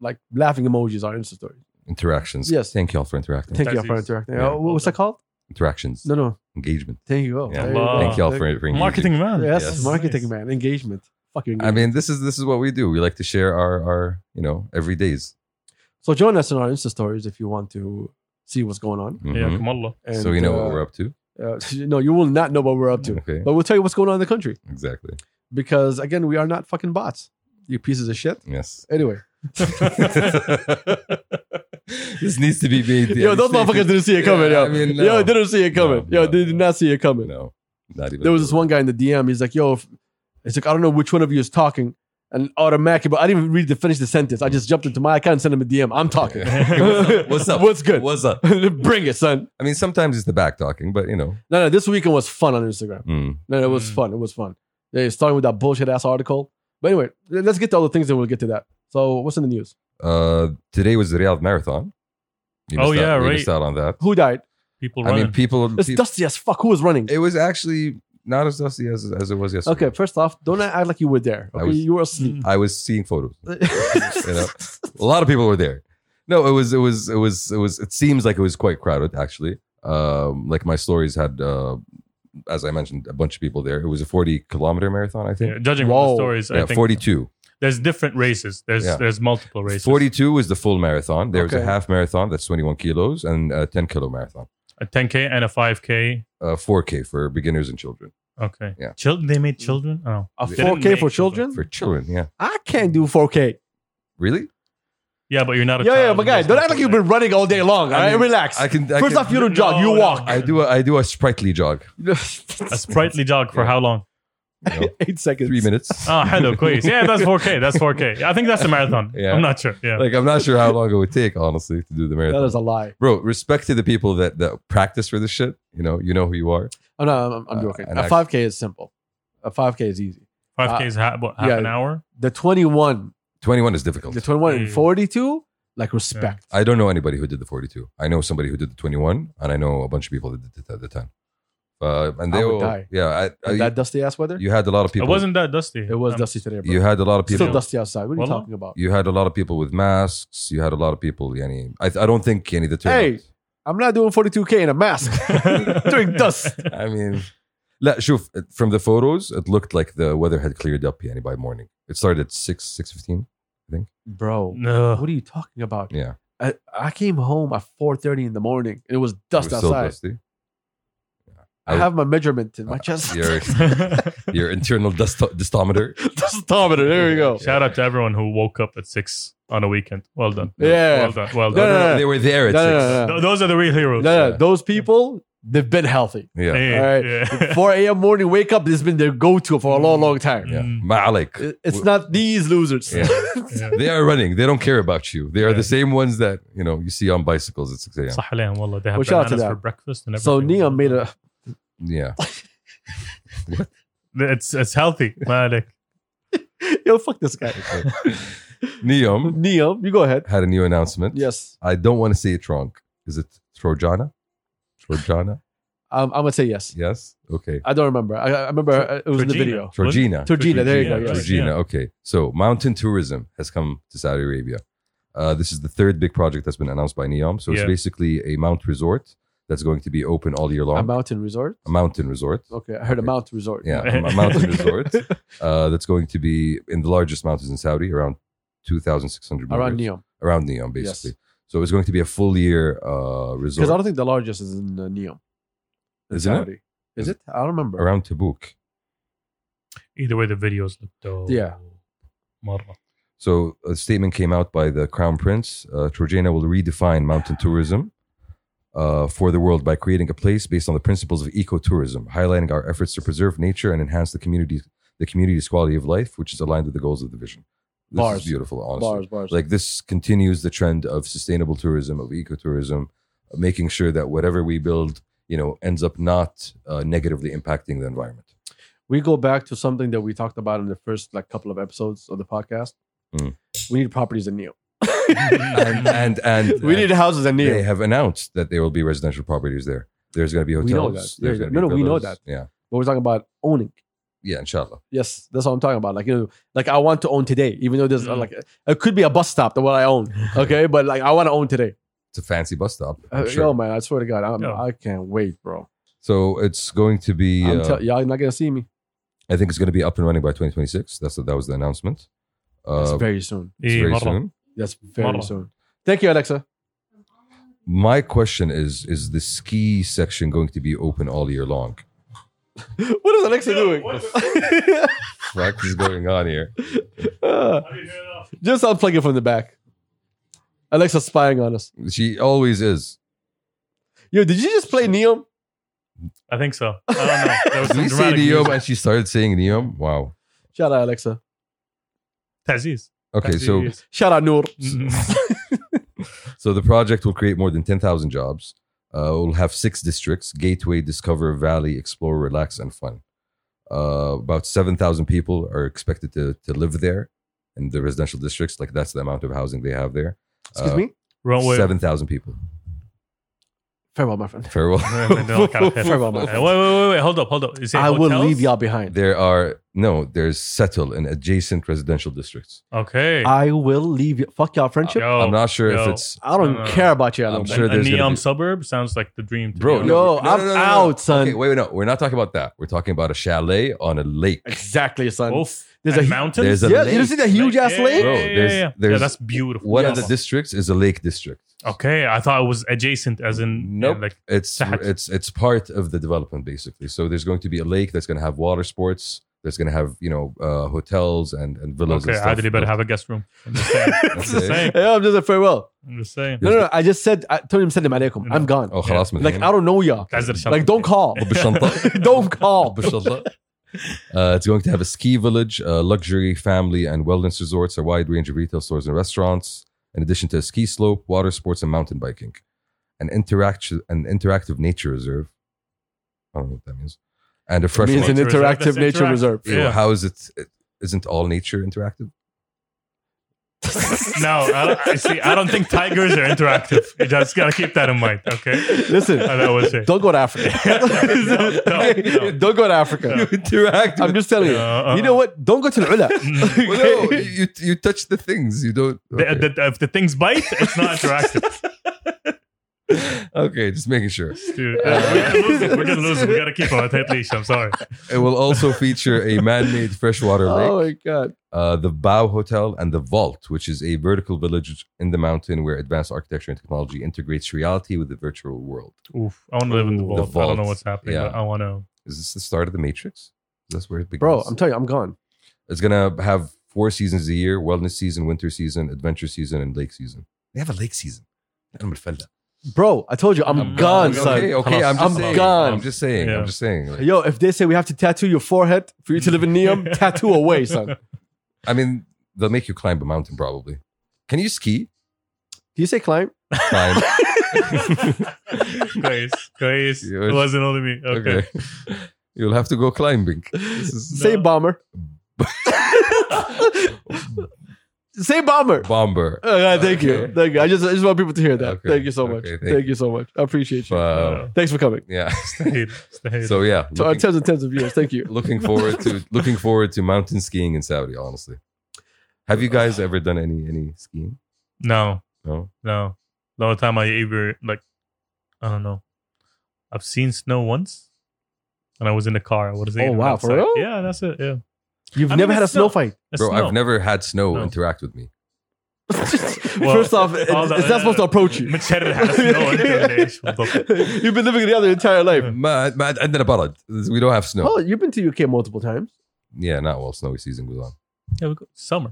like laughing emojis on our Insta stories.
Interactions.
Yes.
Thank you all for interacting.
Thank you
Taxis.
for interacting.
Yeah.
Uh, what- what's that called?
Interactions.
No, no.
Engagement.
Thank you. Oh,
Yeah.
there you go.
Thank you all for,
Thank-
for engaging.
marketing man
Yes,
Yes.
marketing
Nice.
man, engagement. Fucking.
I
Engagement.
mean, this is this is what we do. We like to share our our you know everydays.
so join us in our Insta stories if you want to see what's going on.
yeah
Mhm.
come on
And,
so we know
uh,
what we're up to.
Uh, no, you will not know what we're up to,
Okay,
but we'll tell you what's going on in the country.
exactly.
because again, we are not fucking bots. You pieces of shit.
Yes.
Anyway,
this needs to be made.
yo, those motherfuckers didn't see it coming, yo.
Yeah, I mean,
Yo,
no.
they didn't see it coming.
No,
yo,
no,
they did not see it coming.
No, not even.
There was this one guy in the DM. He's like, yo, if, he's like, I don't know which one of you is talking, and automatically, but I didn't even read to finish the sentence. I just jumped into my account and sent him a DM. I'm talking.
Yeah.
What's up?
What's good?
What's up?
Bring it, son.
I mean, sometimes it's the back talking, but you know,
No, no, this weekend was fun on Instagram.
mm,
No, no, it was
Mm.
fun. It was fun. Yeah, starting with that bullshit ass article. But anyway, let's get to all the things and we'll get to that. So, what's in the news?
uh, today was the Riyadh Marathon. You
Oh,
missed out-
yeah,
you
right.
missed out on that.
Who died?
people
I
running
mean, people.
It's
peop-
dusty as fuck. Who was running?
it was actually not as dusty as as it was yesterday.
Okay, first off, don't act like you were there.
I
Okay,
was-
you were
Mm.
asleep.
I was seeing photos. You know? a lot of people were there. No, it was it was it was it was it seems like it was quite crowded actually. Um, like my stories had, uh, as I mentioned, a bunch of people there. It was a forty kilometer marathon, I
Yeah,
think.
judging from
Whoa.
the stories,
Yeah,
I think
42.
there's different races. There's
Yeah.
there's multiple races.
42 was the full marathon. There was
Okay.
a half marathon that's 21 kilos and a 10 kilo marathon,
a 10k and a 5k.
uh, 4K for beginners and children.
Okay.
Yeah.
Children. They made children. Oh,
A
They
didn't
4K for
make
children?
For children, yeah.
I can't do 4K.
Really?
yeah, but you're not a
Yeah,
child
yeah, but
and
guys,
there's
don't
no
act like you've
children.
been running all day long.
I
all right,
mean,
relax.
I can. I
First
can,
off, you don't
No,
jog, you
no.
walk.
I do. A, I do a sprightly jog.
a sprightly jog for
Yeah.
how long?
you know,
Eight seconds.
three minutes.
Oh, hello, quiz. Yeah, that's 4k. That's 4k. I think that's a marathon.
Yeah.
I'm not sure. Yeah.
Like I'm not sure how long it would take, honestly, to do the marathon.
That is a lie.
bro respect to the people that that practice for this shit you know you know who you are
Oh, no, I'm, I'm
Uh,
joking.
and
a
I-
5K is simple. A 5K is easy.
5k is half, what, half
yeah.
an hour.
The 21,
21 is difficult
the 21 and
Mm.
42, like respect.
i don't know anybody who did the 42 i know somebody who did the 21 and i know a bunch of people that did the, the 10 uh, and
I
they
would
all-
die.
yeah I, I,
And that dusty ass weather?
you had a lot of people
It wasn't that dusty.
it was
Um,
dusty today, bro.
you had a lot of
It's
people
Still dusty outside. What are you
Wallah.
talking about?
you had a lot of people with masks you had a lot of people yani, I, I don't think any of the turnout-
Hey. I'm not doing 42K in a mask during dust.
i mean لا, شوف, from the photos it looked like the weather had cleared up yani, by morning it started at 6 6.15
Bro,
No.
what are you talking about?
yeah
I, I came home at 4.30 in the morning. and It was
It
dust
was so
outside.
dusty.
I have my measurement
Uh,
in my chest.
Your, your internal dust dystometer.
Dustometer. There you go.
Shout out to everyone who woke up at six on a weekend. Well done.
Yeah.
Well done. Well
No,
done.
no, no.
Oh, They were there at
No,
six.
no, no,
Th- those are the real heroes.
No, no,
Yeah.
those people, they've been healthy.
Yeah.
Hey,
All right.
yeah.
4 a.m. morning wake up, this has been their go to for a long, long time.
Yeah.
Mm.
Ma'alik.
It- It's not these losers.
Yeah.
Yeah.
They are running. They don't care about you. They are
Yeah.
the same ones that you know you see on bicycles at six a.m.
صح عليهم والله. They have
Well, shout out to
bananas
them.
for breakfast and everything.
So Neon made a
Yeah,
It's it's healthy. Malik.
yo fuck this guy.
Neom
Neon, you go ahead.
had a new announcement.
Yes,
I don't want to say it wrong. Is it Trojana? Trojana?
um, I'm gonna say yes.
Yes. Okay.
I don't remember. I, I remember uh, it was in the
Georgina.
video.
Trojina.
Turgina, there you go.
Georgina,
Yes.
right.
Georgina. Okay. So mountain tourism has come to Saudi Arabia. Uh, this is the third big project that's been announced by NEOM. So it's
Yeah.
basically a mount resort that's going to be open all year long.
A mountain resort.
A mountain resort.
Okay, I heard a
Okay.
mountain resort.
Yeah, a m- mountain resort uh, that's going to be in the largest mountains in Saudi, around 2,600 meters.
around Neon
Around NEOM, basically. So it's going to be a full year uh, resort.
because I don't think the largest is in uh, Neon. in
Isn't it?
Saudi. Is it? I don't remember.
around Tabuk.
Either way, the videos look dope.
Yeah.
مرة.
So a statement came out by the Crown Prince. Uh, Trojana will redefine mountain tourism uh, for the world by creating a place based on the principles of ecotourism, highlighting our efforts to preserve nature and enhance the community, the community's quality of life, which is aligned with the goals of the vision. This
Bars.
is beautiful, honestly.
bars, bars.
Like this continues the trend of sustainable tourism, of ecotourism, of making sure that whatever we build, you know, ends up not uh, negatively impacting the environment.
we go back to something that we talked about in the first like couple of episodes of the podcast.
Mm.
We need properties in Neon.
And and and uh,
we need houses in
they
Neon.
have announced that there will be residential properties there. There's going to be
We
hotels.
know that.
There's
Yeah,
gonna
no, no, we
be
know
villas. Yeah,
But we're talking about owning.
yeah, inshallah.
Yes, that's what I'm talking about. Like you know, like I want to own today, even though there's uh,
Mm.
like it could be a bus stop the what I own. Okay, but like I want to own today.
It's a fancy bus stop. I'm
Uh,
sure.
Yo, man, I swear to God, I'm,
Yo.
I can't wait, bro.
so it's going to be.
I'm
uh,
tell- y'all not gonna see me.
I think it's going to be up and running by 2026. That's that was the announcement.
That's
Uh,
very soon.
it's
إيه،
very
مرة.
soon.
That's very
Marla.
soon. Thank you, Alexa.
My question is: Is the ski section going to be open all year long?
what is Alexa doing?
What is going on here?
Uh, just unplug it from the back. Alexa's spying on us.
She always is.
Yo, did you just play Neon?
I think so. I don't know. There was
Did
some
we say
dramatic
Neom
music.
and she started saying Neom? Wow.
Shout out, Alexa.
Taziz.
Okay, so
Taziz.
Shout out, Noor.
Mm.
So the project will create more than 10,000 jobs. Uh, we'll have six districts Gateway, Discover, Valley, Explore, Relax, and Fun. Uh, about 7,000 people are expected to, to live there in the residential districts. Like, that's the amount of housing they have there.
Excuse
Uh,
me.
Wrong way.
7,000 people.
Farewell, my friend.
Farewell.
Farewell, my
Wait,
friend.
wait, wait, wait. Hold up, hold up. You say
I will
hotels?
leave y'all behind.
there are, no, there's Settle and adjacent residential districts.
Okay.
I will leave. You. Fuck y'all friendship.
Yo,
I'm not sure if
yo.
it's.
I don't
Uh, Oh, No, no, no.
care about you. I don't
I'm
care.
sure
a,
there's gonna
neon
be-
suburb sounds like the dream to
Bro,
me.
Yo, I'm out, son.
Okay, wait, wait, no. We're not talking about that. We're talking about a chalet on a lake.
Exactly, son.
Oof.
There's
And
a-
mountains.
there's a
yeah,
lake.
you see that huge ass
yeah,
lake?
Bro,
Yeah, yeah,
there's-
yeah.
there's-
yeah, that's beautiful.
One
Yeah.
of the districts is a lake district.
Okay, I thought it was adjacent, as in
Nope.
yeah, like
it's
Sahat.
it's it's part of the development basically. So there's going to be a lake that's going to have water sports. That's going to have you know uh, hotels and and villas.
okay,
and stuff. Oh,
Adri better have a guest room. I'm just saying.
That's
the same.
Yeah, I'm just a farewell.
I'm just saying.
No, no, no. I just said, I told him, send him alaikum. I'm gone.
Oh, خلاص من
Like,
هنا.
I don't know y'all.
Guys, there's
Like, don't call.
وبالشنطة.
don't call.
Bishallah. Uh, it's going to have a ski village, uh, luxury family and wellness resorts, a wide range of retail stores and restaurants, in addition to a ski slope, water sports, and mountain biking, an interact an interactive nature reserve. I don't know what that means, and a
It
freshwater.
means an
Nature reserve.
interactive
That's
nature
interactive.
reserve.
Ew,
Yeah.
How is it? it- Isn't all nature interactive?
No, I, don't, I see. I don't think tigers are interactive. You just gotta keep that in mind. Okay,
Listen,
I know what you're
don't go to Africa.
No, no.
Don't go to Africa.
interact. Uh-huh.
I'm just telling
Uh,
you.
uh-uh.
You know what? Don't go to the Ula.
Mm.
Well, no, you you touch the things. You don't.
The-
okay.
the- if the things bite, it's not interactive.
Okay, just making sure.
Dude, uh, we're gonna lose it. We're gonna lose it. We gotta keep on a tight leash. I'm sorry.
It will also feature a man-made freshwater lake.
Oh my god!
uh, the Bow Hotel and the Vault, which is a vertical village in the mountain where advanced architecture and technology integrates reality with the virtual world.
Oof, I want to live in the
Ooh,
vault.
the
I don't know
vault.
what's happening,
Yeah.
but I want to.
Is this the start of the Matrix? That's where it begins.
Bro, I'm telling you, I'm gone.
it's gonna have four seasons a year: wellness season, winter season, adventure season, and lake season. They have a lake season. I'm
Bro, I told you, I'm
I'm
gone,
gone.
son.
Okay, okay. I'm just
I'm
saying.
gone.
I'm just saying.
Yeah.
I'm just saying. like-
Yo, if they say we have to tattoo your forehead for you to live in Neom, tattoo away, son. Do
I mean, they'll make you climb a mountain probably. Can you ski?
you say climb?
Climb.
Guys, guys,
You wish-
it wasn't only me. Okay.
okay. You'll have to go climbing. This is
Say bomber. say bomber.
bomber.
Uh, yeah, thank
Okay.
you, thank you. I just, I just want people to hear that.
Okay.
Thank you so
Okay,
much.
thank
Thank, you so much. I appreciate you.
Wow.
Thanks for coming.
Uh, Yeah.
Stay, stay.
um, So yeah,
To our
looking,
tens and tens of years. Thank you.
looking forward to looking forward to mountain skiing in Saudi. Honestly, have you guys ever done any any skiing?
no,
No.
no. The only time I ever like, I don't know. I've seen snow once, and I was in the car. What is it?
Oh, wow, for real?
Yeah, that's it. Yeah,
You've
I
never
mean,
had a
it's
snow
not-
fight.
That's
Bro,
snow.
I've never had snow
No.
interact with me.
First off, it's,
all the-
it's not supposed to approach you.
متشرر على snow until the actual top.
you've been living in the other entire life.
ما ما عندنا برد. We don't have snow.
Oh, you've been to UK multiple times.
Yeah, not while snowy season goes on.
Yeah, we go, summer.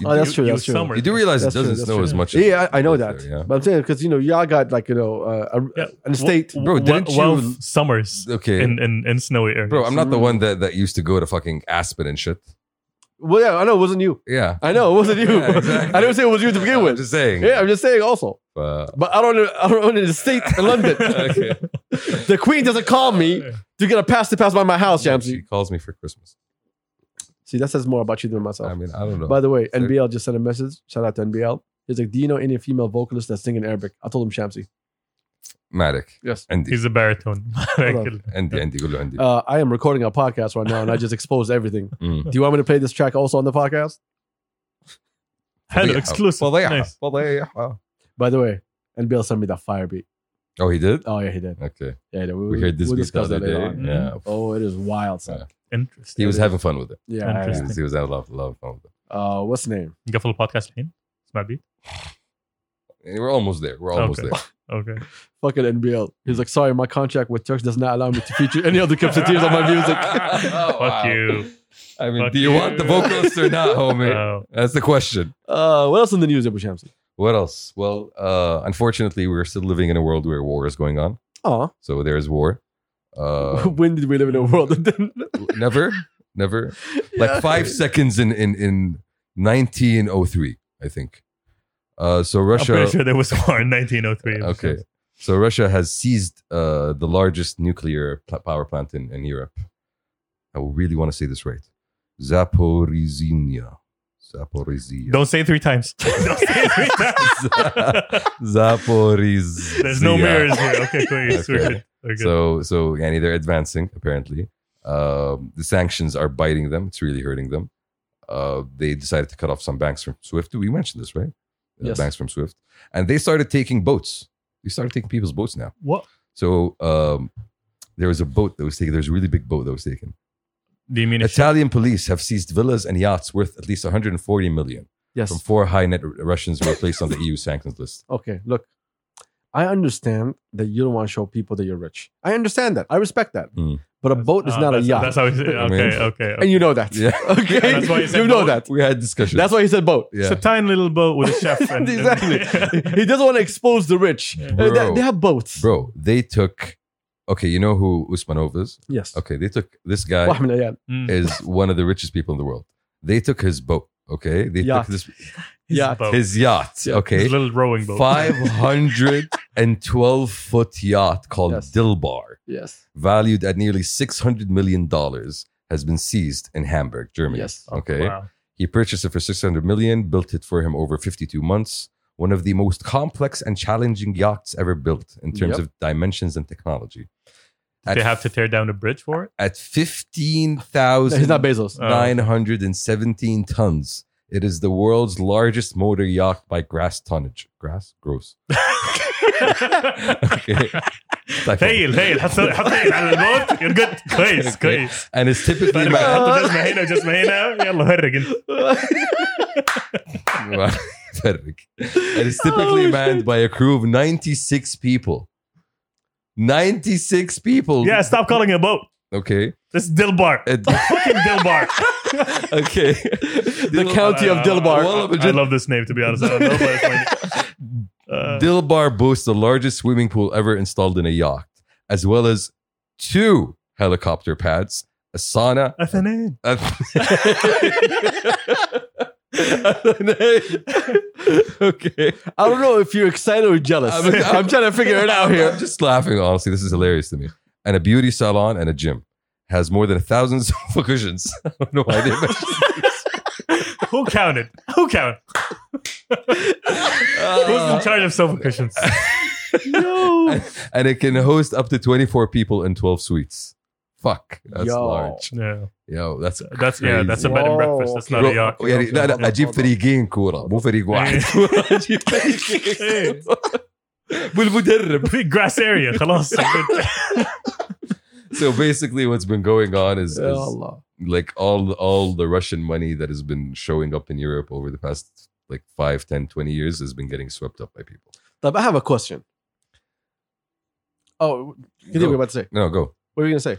You,
Oh, that's
you-
true.
you
That's true.
summer.
you do realize
That's
it
true,
doesn't
that's
snow
true.
as much.
Yeah, I, I know
as
that.
there,
But I'm saying because you know y'all got like you know uh, a,
Yeah.
an estate.
Wa-
Bro,
wa-
didn't you-
well, summers
yeah. Okay.
in, in, in snowy areas.
Bro, I'm not the one that, that used to go to fucking Aspen and shit.
Well, yeah, I know it wasn't you.
Yeah.
I know it wasn't you.
Yeah, exactly.
I didn't say it was you to begin
I'm
with.
just saying.
Yeah, I'm just saying also.
Uh,
But I don't own, I don't own an estate in London.
okay.
The Queen doesn't call me to get a pass to pass by my house,
She
Jamsey.
calls me for Christmas.
See, that says more about you than myself.
I mean, I don't know.
By the way,
Sorry.
NBL just sent a message. Shout out to NBL. He's like, Do you know any female vocalists that sing in Arabic? I told him Shamsi.
Matic.
Yes.
عندي
He's a baritone. Like,
on.
عندي عندي قول له عندي.
Uh, I am recording a podcast right now and I just exposed everything.
Mm.
Do you want me to play this track also on the podcast?
hello,
فضيحة.
exclusive.
فضيحة.
Nice.
فضيحة.
By the way, NBL sent me that fire beat.
Oh, he did?
Oh, yeah, he did.
Okay.
Yeah, he did.
We heard this
we'll
beat the
discuss
other
that later
day.
on.
Yeah.
Oh, it is wild, son.
Interesting.
He was having fun with it.
Yeah.
He
Interesting.
yeah.
was, he was having a lot, a lot of fun with it.
Uh, what's the name?
قفل البودكاست الحين اسمع بيت
And we're almost there. We're almost
Okay.
there.
اوكي
Fucking NBL. He's like, sorry, my contract with Turks does not allow me to feature any other cups of tears on my music.
Oh,
Fuck
wow.
you.
I mean,
Fuck
do you
you.
want the vocalist or not, homie?
Oh,
That's the question.
Uh, what else in the news, Abu Shamsi?
What else? Well, uh, unfortunately, we're still living in a world where war is going on.
Oh,
So there is war. Uh,
when did we live in a world that didn't?
never, never. Like five seconds in in in 1903, I think. Uh, so
I'm
Russia.
pretty sure there was war in 1903.
Okay. So Russia has seized uh, the largest nuclear pl- power plant in, in Europe. I really want to say this right. Zaporizhia. Zaporizhia.
Don't say it three times. Don't say it three times.
Zaporizhia.
There's no mirrors here. Okay, please. We're
uh, Okay.
good. We're good.
So, so yani they're advancing apparently. Um, the sanctions are biting them. It's really hurting them. Uh, they decided to cut off some banks from Swift. We mentioned this, right? Uh,
Yes.
Banks from Swift, and they started taking boats. They started taking people's boats now.
what
So um, there was a boat that was taken. There's a really big boat that was taken.
do you mean? It's
Italian police have seized villas and yachts worth at least 140 million
Yes.
from four high net Russians who were placed on the EU sanctions list.
Okay, look, I understand that you don't want to show people that you're rich. I understand that. I respect that.
Mm.
But a boat is not a yacht.
Ah, That's how he said.
I mean-
Okay, okay.
and you know that.
Yeah.
Okay.
That's why he said
you know
boat.
that.
We had discussions.
That's why he said boat.
yeah.
It's a tiny little boat with a chef. And,
exactly. he doesn't want to expose the rich.
Yeah.
Uh, they-
Bro.
They, have boats.
Bro, they took. Okay, you know who Usmanov is?
Yes.
Okay, they took this guy
Wahmin Ayad.
Mm.
is one of the richest people in the world. They took his boat. Okay, they
Yacht.
took this
His
Yeah.
boat.
his yacht.
Yeah.
Okay,
His little rowing boat.
five hundred and twelve foot yacht called
Yes.
Dilbar,
Yes.
valued at nearly six hundred million dollars, has been seized in Hamburg, Germany.
Yes.
Okay,
Wow.
he purchased it for six hundred million, built it for him over fifty-two months. One of the most complex and challenging yachts ever built in terms
Yep.
of dimensions and technology. At
They have to tear down a bridge for it.
at
No, he's not
15,917
Bezos.
Uh,
tons. It is the world's largest motor yacht by grass tonnage. Grass? Gross. Okay.
هيل هيل حط حط هيل على الموت يور جود كويس
Okay.
كويس
and it's typically
بعد
my-
ما حط جزمه هنا وجزمه هنا يلا هرق انت Oh.
فرق. and it's typically manned by a crew of 96 people 96 people
Yeah, stop calling it a boat.
okay
This is Dilbar.
It-
Fucking Dilbar.
okay
the county of Dilbar.
والله
I,
بجد.
love this name, to be honest. I don't know, but it's funny. Uh,
Dilbar boasts the largest swimming pool ever installed in a yacht, as well as two helicopter pads, a sauna,
Uh, FNA.
a okay.
I don't know if you're excited or jealous.
I'm-
I'm,
I'm-
trying to figure it out here.
I'm just laughing, honestly. This is hilarious to me. And a beauty salon and a gym. Has more than a thousand sofa cushions. I don't know why they mentioned
Who counted? Who counted? Who's in charge of sofa cushions?
No.
And it can host up to 24 people in 12 suites. Fuck. That's
Yo.
large.
Yeah,
Yo, that's
that's yeah,
Crazy.
that's a bed and breakfast. That's not a yacht.
رو- يعني لا لا اجيب فريقين كوره مو فريق واحد اجيب فريقين والمدرب
في grass area خلاص Uh-huh.
so basically what's been going on is,
Ya
is
Allah.
like all all the russian money that has been showing up in europe over the past like 5 10 20 years has been getting swept up by people
طب, I have a question. Oh, you think we were about to say?
no go
What were you going to say?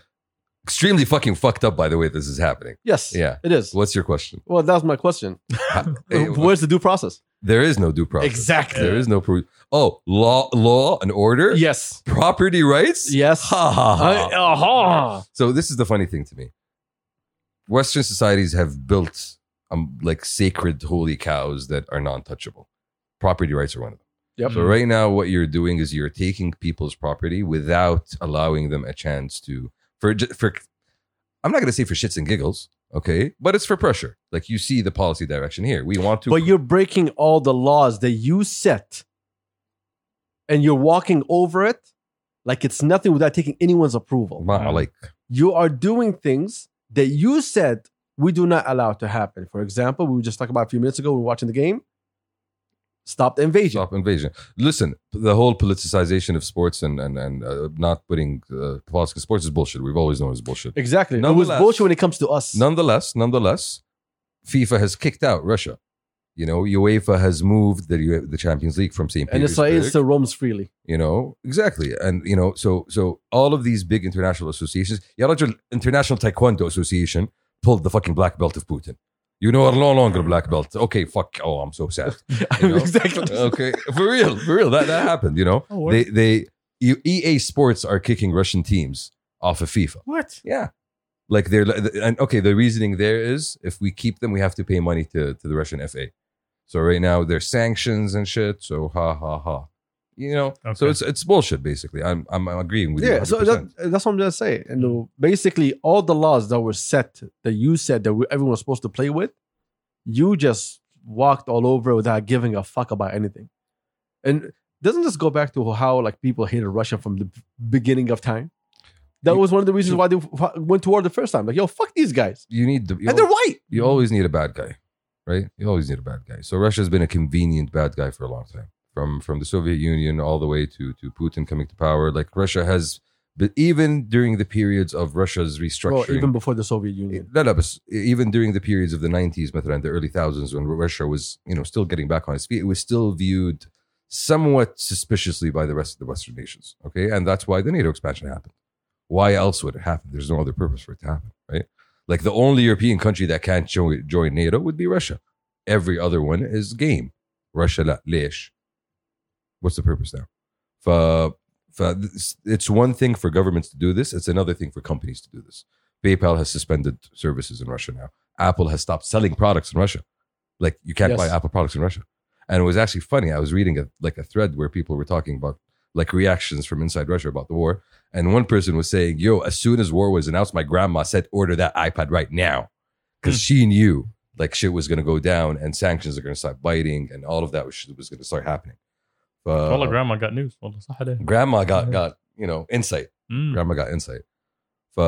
extremely fucking fucked up by the way this is happening
Yes.
yeah
It is.
what's your question
Well, that's my question.
Ha- eh,
Where's the due process?
there is no due process
Exactly.
there is no pro- oh law law and order
Yes.
property rights
Yes.
ha ha ha
I- aha.
So this is the funny thing to me. Western societies have built um, like sacred holy cows that are non-touchable. Property rights are one of them.
Yep.
So right now, what you're doing is you're taking people's property without allowing them a chance to for ju- for. I'm not going to say for shits and giggles, okay, but it's for pressure. Like you see the policy direction here. We want to.
But you're breaking all the laws that you set and you're walking over it like it's nothing without taking anyone's approval.
Ma- like
You are doing things that you said we do not allow to happen. For example, we were just talking about a few minutes ago, we were watching the game. Stop the invasion.
stop invasion. Listen, the whole politicization of sports and and and uh, not putting uh, politics in sports is bullshit. We've always known it's bullshit.
Exactly. It was
Nonetheless-
bullshit when it comes to us.
Nonetheless, nonetheless, FIFA has kicked out Russia. You know, UEFA has moved the U- the Champions League from St.
and
Petersburg.
Israel still roams freely.
you know, exactly, and you know, so so all of these big international associations. Ya Rajal, International Taekwondo Association pulled the fucking black belt of Putin. You know, are no longer black belt. Okay, fuck. Oh, I'm so sad. You know?
exactly.
okay, for real, for real, that that happened. You know,
Uh,
they they you, EA Sports are kicking Russian teams off of FIFA.
What?
Yeah. Like they're and okay, the reasoning there is if we keep them, we have to pay money to, to the Russian FA. So right now there's sanctions and shit. So ha ha ha. You know, so
Okay.
it's it's bullshit basically. I'm I'm, I'm agreeing with you.
yeah, so
100%.
that, that's what I'm gonna say. And uh, basically, all the laws that were set that you said that we, everyone's supposed to play with, you just walked all over without giving a fuck about anything. And doesn't this go back to how like people hated Russia from the beginning of time? That
You-
was one of the reasons why they f- went to war the first time. Like, yo, fuck these guys,
you need the, you,
and they're
al-
white.
you always need a bad guy, right? You always need a bad guy. So Russia's been a convenient bad guy for a long time, from from the Soviet Union all the way to to Putin coming to power. Like Russia has, but even during the periods of Russia's restructuring,
Well, even before the Soviet Union,
لا لا بس e, even during the periods of the 90s مثلا and the early 1000s when Russia was you know still getting back on its feet it was still viewed somewhat suspiciously by the rest of the western nations okay and that's why the NATO expansion happened why else would it happen there's no other purpose for it to happen right like the only European country that can't join, join NATO would be Russia every other one is game Russia لا ليش what's the purpose now ف, ف it's one thing for governments to do this it's another thing for companies to do this PayPal has suspended services in Russia now. Apple has stopped selling products in Russia. Like you can't
Yes.
buy Apple products in Russia. And it was actually funny. I was reading a, like a thread where people were talking about like reactions from inside Russia about the war. And one person was saying, "Yo, as soon as war was announced, my grandma said order that iPad right now because she knew like shit was going to go down and sanctions are going to start biting and all of that was, was going to start happening." Uh,
والله grandma got news. والله صح عليه.
grandma got got you know insight
Mm.
grandma got insight. ف,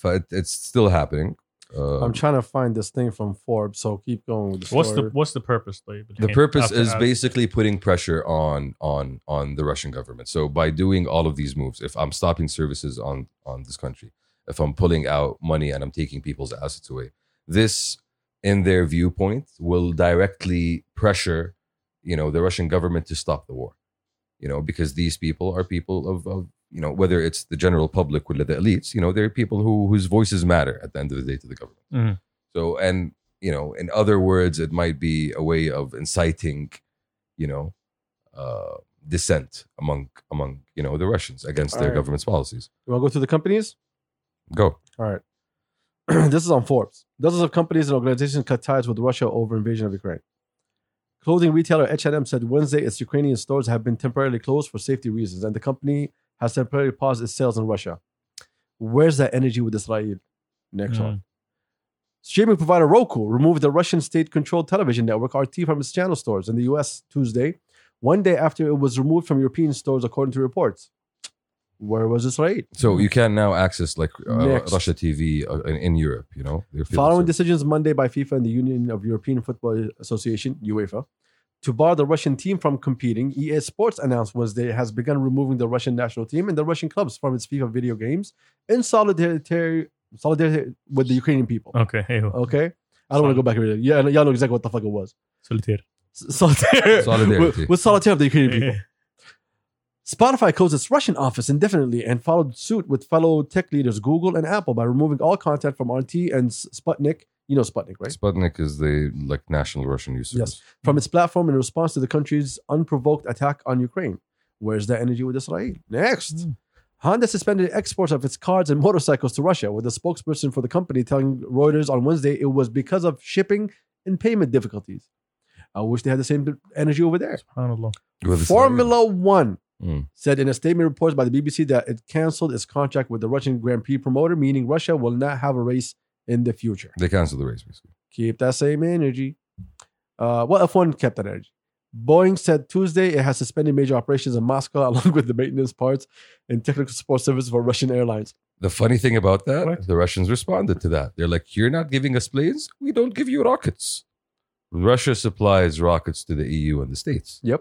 ف it- it's still happening. Uh,
I'm trying to find this thing from Forbes, so keep going with the
What's the
story.
what's the purpose, Lee?
the purpose
After
is
Ad-
basically putting pressure on on on the Russian government. So by doing all of these moves, if I'm stopping services on on this country, if I'm pulling out money and I'm taking people's assets away, this, in their viewpoint, will directly pressure, you know, the Russian government to stop the war. You know, because these people are people of, of you know, whether it's the general public or the elites, you know, they're people who whose voices matter at the end of the day to the government.
Mhm.
So, and you know, in other words, it might be a way of inciting, you know, uh, dissent among among you know the Russians against their
Alright.
government's policies.
you want to go through the companies?
Go.
All right. this is on Forbes. Dozens of companies and organizations cut ties with Russia over invasion of Ukraine. Clothing retailer H&M said Wednesday its Ukrainian stores have been temporarily closed for safety reasons, and the company has temporarily paused its sales in Russia. Where's that energy with Israel? Next
Mm.
one. Streaming provider Roku removed the Russian state-controlled television network RT from its channel stores in the U.S. Tuesday, one day after it was removed from European stores, according to reports. Where was Israel?
So you can now access like uh,
Mm-hmm. Next.
Russia TV uh, in, in Europe. You know, their field
Following
of service.
decisions Monday by FIFA and the Union of European Football Association (UEFA) to bar the Russian team from competing, EA Sports announced Wednesday it has begun removing the Russian national team and the Russian clubs from its FIFA video games in solidarity solidarity with the Ukrainian people.
Okay. Hey, ho.
Okay, I don't want to go back and read it. Yeah, y'all know exactly what the fuck it was.
Solitaire.
Solidarity,
Solidarity.
with, with solidarity of the Ukrainian people. Spotify closed its Russian office indefinitely and followed suit with fellow tech leaders Google and Apple by removing all content from RT and Sputnik. You know Sputnik, right?
Sputnik is the like national Russian news
Yes.
service.
From its platform in response to the country's unprovoked attack on Ukraine. Where's that energy with Israel?
Hmm.
Next. Honda suspended exports of its cars and motorcycles to Russia, with a spokesperson for the company telling Reuters on Wednesday it was because of shipping and payment difficulties. I wish they had the same energy over there.
SubhanAllah.
With Israel.
Formula One
Mm.
said in a statement reports by the BBC that it canceled its contract with the Russian Grand Prix promoter, meaning Russia will not have a race in the future.
They canceled the race basically.
Keep that same energy. Uh, well, F1 kept that energy. Boeing said Tuesday it has suspended major operations in Moscow along with the maintenance parts and technical support services for Russian airlines.
The funny thing about that,
What?
the Russians responded to that. They're like, "You're not giving us planes. We don't give you rockets." Russia supplies rockets to the EU and the states.
Yep.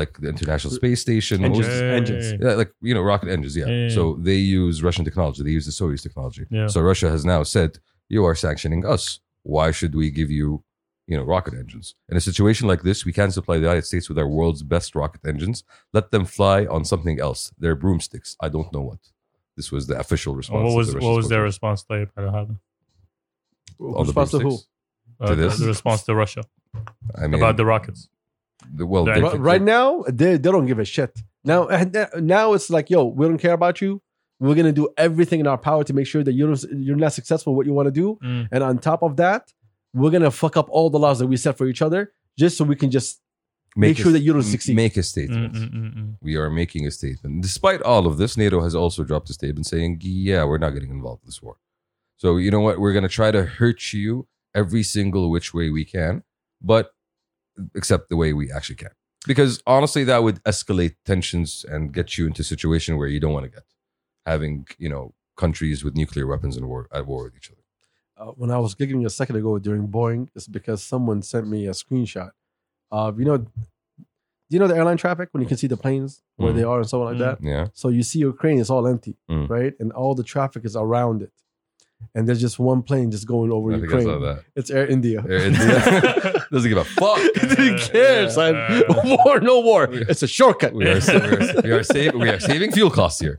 like the International Space Station. what was
Engines.
it?
engines.
Yeah, like you know, rocket engines. Yeah.
Yeah, yeah,
So they use Russian technology. They use the Soviet technology.
Yeah.
So Russia has now said, "You are sanctioning us. Why should we give you, you know, rocket engines?" In a situation like this, we can supply the United States with our world's best rocket engines. Let them fly on something else. They're broomsticks. I don't know what. This was the official response.
What
of
was
the
what
Russian
was their
spokesperson.
response to it? Uh,
All the
Response to who?
broomsticks.
the-
To this?
The response to Russia
I mean,
about the rockets.
the- well,
Right.
they-
Ri- Right now, they, they don't give a shit. Now, and th- now it's like, yo, we don't care about you. We're going to do everything in our power to make sure that you're, you're not successful in what you want to do.
Mm.
And on top of that, we're going to fuck up all the laws that we set for each other just so we can just make
a-
sure that you don't succeed.
Make a
Mm,
statement.
mm, mm, mm.
we are making a statement. Despite all of this, NATO has also dropped a statement saying, yeah, we're not getting involved in this war. So, you know what? We're going to try to hurt you every single which way we can, but except the way we actually can. Because honestly, that would escalate tensions and get you into a situation where you don't want to get. Having, you know, countries with nuclear weapons and war at war with each other.
uh, when I was giggling a second ago during Boeing is because someone sent me a screenshot of you know, do you know the airline traffic when you can see the planes where
Mm.
they are and so on like
Mm.
that.
Yeah.
So you see Ukraine is all empty,
Mm.
right, and all the traffic is around it, and there's just one plane just going over
I think I
Ukraine.
saw that.
It's Air India.
Air India. Doesn't give a fuck.
Didn't care,
Yeah.
son.
Yeah.
war, no war. It's a shortcut.
we are, we are, we are, save, we are saving fuel costs here.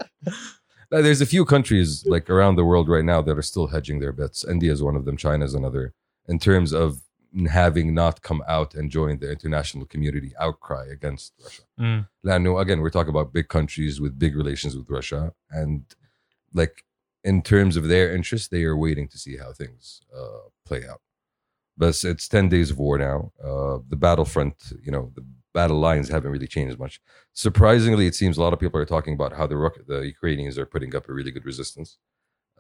Now, there's a few countries like around the world right now that are still hedging their bets. India is one of them. China is another. In terms of having not come out and joined the international community outcry against Russia.
Mm.
Lano, again, we're talking about big countries with big relations with Russia, and like in terms of their interest, they are waiting to see how things uh, play out. But it's ten days of war now. Uh, the battlefront, you know, the battle lines haven't really changed much. Surprisingly, it seems a lot of people are talking about how the Ru- the Ukrainians are putting up a really good resistance.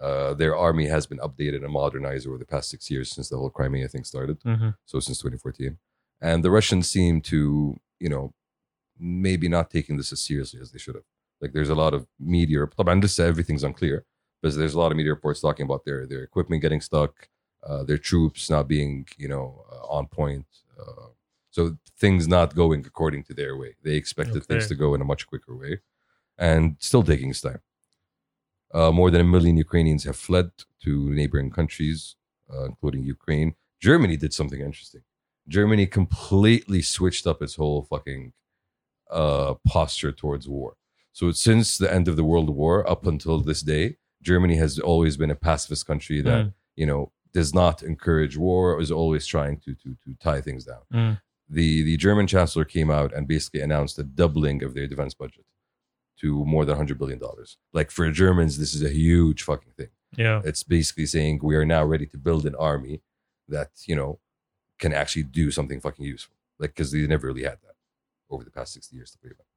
Uh, their army has been updated and modernized over the past six years since the whole Crimea thing started
Mhm.
so since 2014 and the russians seem to you know maybe not taking this as seriously as they should have like there's a lot of media طبعا لسه everything's unclear but there's a lot of media reports talking about their their equipment getting stuck uh, their troops not being you know uh, on point. Uh, so things not going according to their way. They expected things
Okay.
to go in a much quicker way, and still taking its time. Uh, more than a million Ukrainians have fled to neighboring countries, uh, including Ukraine. Germany did something interesting. Germany completely switched up its whole fucking uh, posture towards war. So since the end of the World War up until this day, Germany has always been a pacifist country that
Mm.
you know does not encourage war. Is always trying to to to tie things down.
Mm.
The the German chancellor came out and basically announced a doubling of their defense budget to more than 100 billion dollars. Like for Germans, this is a huge fucking thing
Yeah.
it's basically saying we are now ready to build an army that you know can actually do something fucking useful like because they never really had that over the past 60 years to play about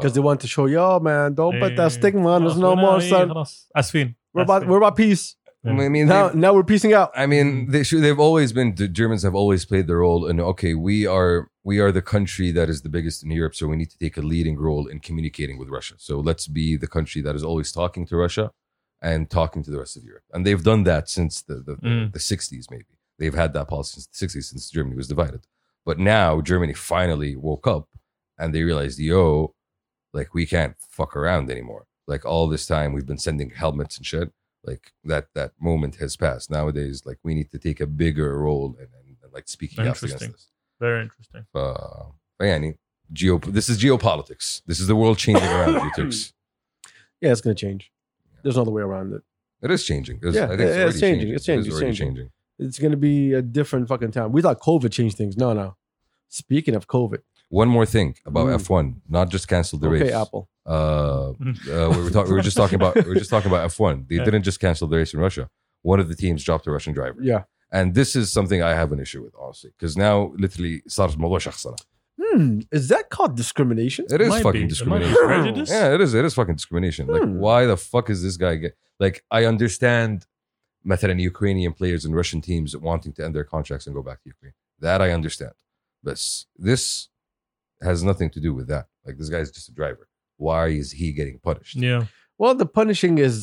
Because they want to show, yo, man, don't put that Oh, stigma on us no more, son.
Eh, Asfin.
We're about, we're about peace.
i mean
Now,
they've-
now we're piecing out.
i mean they should, they've always been the germans have always played the role in okay we are we are the country that is the biggest in europe so we need to take a leading role in communicating with russia so let's be the country that is always talking to russia and talking to the rest of europe and they've done that since the the, the-
Mm.
the 60s maybe they've had that policy since the 60s since germany was divided but now germany finally woke up and they realized yo like we can't fuck around anymore like all this time we've been sending helmets and shit like that that moment has passed nowadays like we need to take a bigger role and, and, and like speaking out against
Interesting.
this
Very interesting.
uh but yeah, I mean, geo this is geopolitics this is the world changing around you Turks.
Yeah, it's going to change. There's no other way around it.
it is changing it is,
Yeah,
I think
yeah,
it's,
yeah,
already
it's changing. It's changing,
It is
it's
already
changing.
changing
It's going to be a different fucking time. We thought COVID changed things. No, no. Speaking of COVID,
one more thing about
Mm.
f1 not just cancel the
okay,
race
Apple.
uh, uh, we, were talk- we were just talking about we were just talking about F1. They
Yeah.
didn't just cancel the race in Russia. One of the teams dropped a Russian driver,
Yeah.
and this is something I have an issue with, honestly, because now literally صار الموضوع شخصنة.
Hmm, is that called discrimination?
It is
Might
fucking
be. It might be
discrimination.
Prejudice?
Yeah, it is. It is fucking discrimination. Like,
Hmm.
why the fuck is this guy get? Like, I understand, مثلا Ukrainian players and Russian teams wanting to end their contracts and go back to Ukraine. That I understand, but s- this has nothing to do with that. Like, this guy is just a driver. Why is he getting punished?
Yeah.
Well, the punishing is,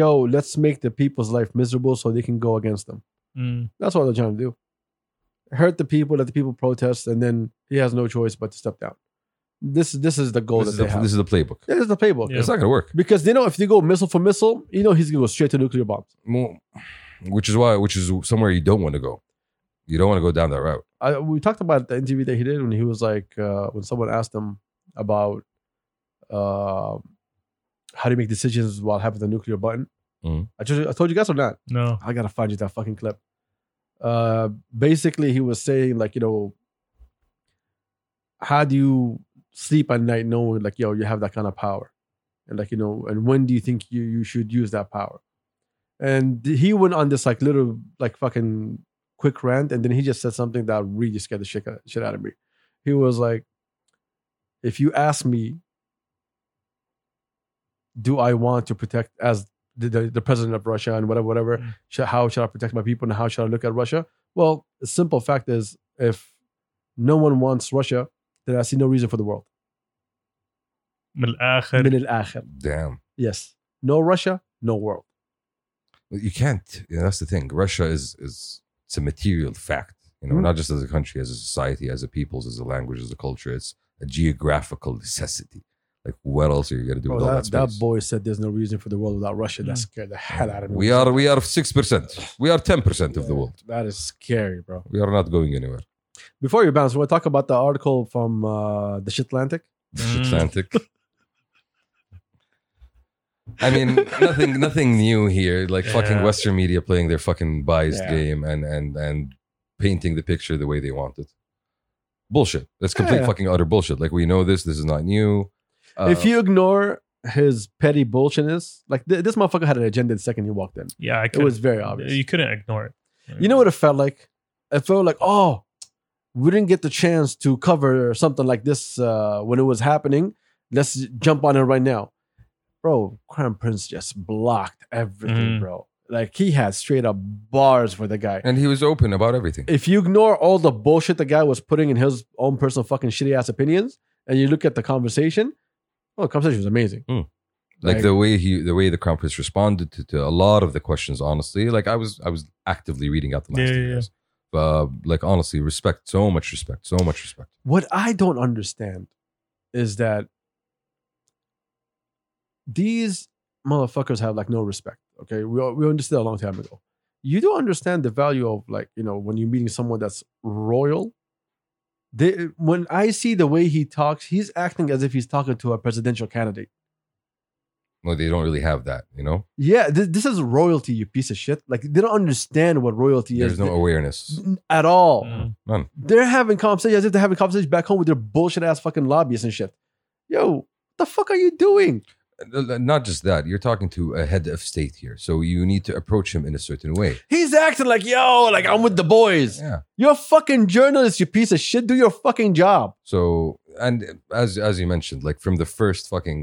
yo, let's make the people's life miserable so they can go against them.
Mm.
That's what they're trying to do. Hurt the people, let the people protest, and then he has no choice but to step down. This this is the goal
This, is
that
the,
they have.
this is the playbook.
Yeah, this is the playbook.
Yeah.
It's not gonna work.
Because they know if they go missile for missile, you know he's gonna go straight to nuclear bombs.
Mo- which is why which is somewhere you don't want to go you don't want to go down that route
I, we talked about the interview that he did when he was like, uh, when someone asked him about uh, how do you make decisions while having the nuclear button.
Mhm.
I, told you, I told you guys on that.
No.
I gotta find you that fucking clip. Uh, basically, he was saying like, you know, how do you sleep at night knowing like, yo, you have that kind of power, and like, you know, and when do you think you you should use that power? And he went on this like little like fucking quick rant, and then he just said something that really scared the shit, shit out of me. He was like, if you ask me. Do I want to protect as the, the, the president of Russia and whatever, whatever?
Mm.
should, how should I protect my people and how should I look at Russia? Well, the simple fact is, if no one wants Russia, then I see no reason for the world.
من الآخر.
من الآخر.
damn
Yes, no Russia, no world.
you can't you know, that's the thing russia is is it's a material fact you know
Mhm.
not just as a country as a society as a peoples as a language as a culture it's a geographical necessity like what else are you going to do
Bro,
with all
that,
that,
that
space
boy said there's no reason for the world without Russia. That
Mm.
scared the hell out of me.
we are we are 6% we are 10% of the world
That is scary, bro.
we are not going anywhere
Before you bounce, we'll talk about the article from uh, the Shitlantic.
Mm.
Atlantic. I mean, nothing, nothing new here. Like fucking
Yeah.
Western media playing their fucking biased
Yeah.
game and and and painting the picture the way they want it. Bullshit. That's complete
Yeah.
fucking utter bullshit. Like we know this. This is not new. Uh,
if you ignore his petty bullshitness, like th- this motherfucker had an agenda the second he walked in.
Yeah. I
It was
couldn't-
very obvious.
You couldn't ignore it.
You know what it felt like? It felt like, oh, we didn't get the chance to cover something like this uh, when it was happening. Let's jump on it right now. Bro, Crown Prince just blocked everything,
Mm.
bro. Like he had straight up bars for the guy.
and he was open about everything.
If you ignore all the bullshit the guy was putting in his own oh, personal fucking shitty ass opinions and you look at the conversation, well, the conversation was amazing.
like,
Like-
the way he the way the crown prince responded to, to a lot of the questions honestly like i was i was actively reading out the last
Yeah,
two
yeah, yeah.
years uh, like honestly respect so much respect so much respect
What I don't understand is that these motherfuckers have like no respect. Okay, we we understood a long time ago. You don't understand the value of like you know when you're meeting someone that's royal. They, when I see the way he talks, he's acting as if he's talking to a presidential candidate.
well they don't really have that you know
Yeah, this, this is royalty, you piece of shit. Like they don't understand what royalty
there's
is
no awareness
at all.
Mm.
none
They're having conversations as if they're having conversations back home with their bullshit ass fucking lobbyists and shit. Yo, what the fuck are you doing?
not just that you're talking to a head of state here so you need to approach him in a certain way
He's acting like, yo, like I'm with the boys.
yeah
You're a fucking journalist, you piece of shit. Do your fucking job.
so and as as you mentioned like from the first fucking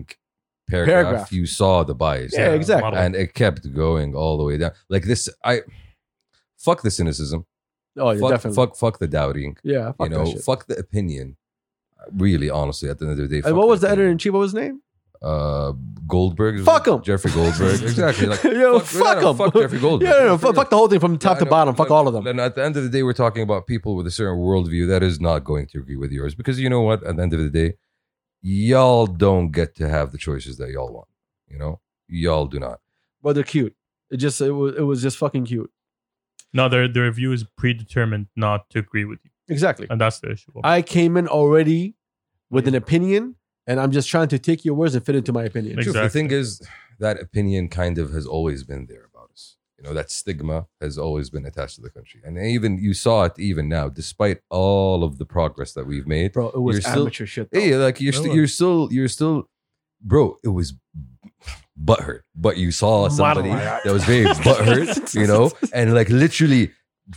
paragraph,
Paragraph.
you saw the bias
Yeah, exactly.
model.
and it kept going all the way down like this i fuck the cynicism
Oh, yeah,
fuck,
definitely.
fuck fuck the doubting
yeah, fuck
you
that
know
shit.
fuck the opinion really honestly at the end of the day
and
fuck
what was the editor
opinion.
in chief? What was his name?
uh goldberg was
Fuck
it?
him.
jeffrey goldberg exactly like
Yo,
fuck- no,
fuck,
no,
him.
fuck Jeffrey Goldberg.
yeah, no, no,
Jeffrey
fuck, fuck the whole thing from top
Yeah, I
to
know.
bottom. Fuck
Like,
all of them.
And at the end of the day, we're talking about people with a certain worldview that is not going to agree with yours. Because you know what? At the end of the day, y'all don't get to have the choices that y'all want. You know, y'all do not.
But they're cute. It just it was it was just fucking cute.
No, their the review is predetermined not to agree with you,
Exactly.
and that's the issue.
I came in already with an opinion, and I'm just trying to take your words and fit into my opinion.
Ex-
True. The
Exactly.
thing is, that opinion kind of has always been there about us. You know, that stigma has always been attached to the country, and even you saw it even now, despite all of the progress that we've made.
Bro, it was
You're still-
amateur shit. though.
Yeah, like
Oh,
you're
That
still,
was-
you're still, you're still, bro. It was butthurt, but you saw somebody
Butthurt.
that was very butthurt, you know, and like literally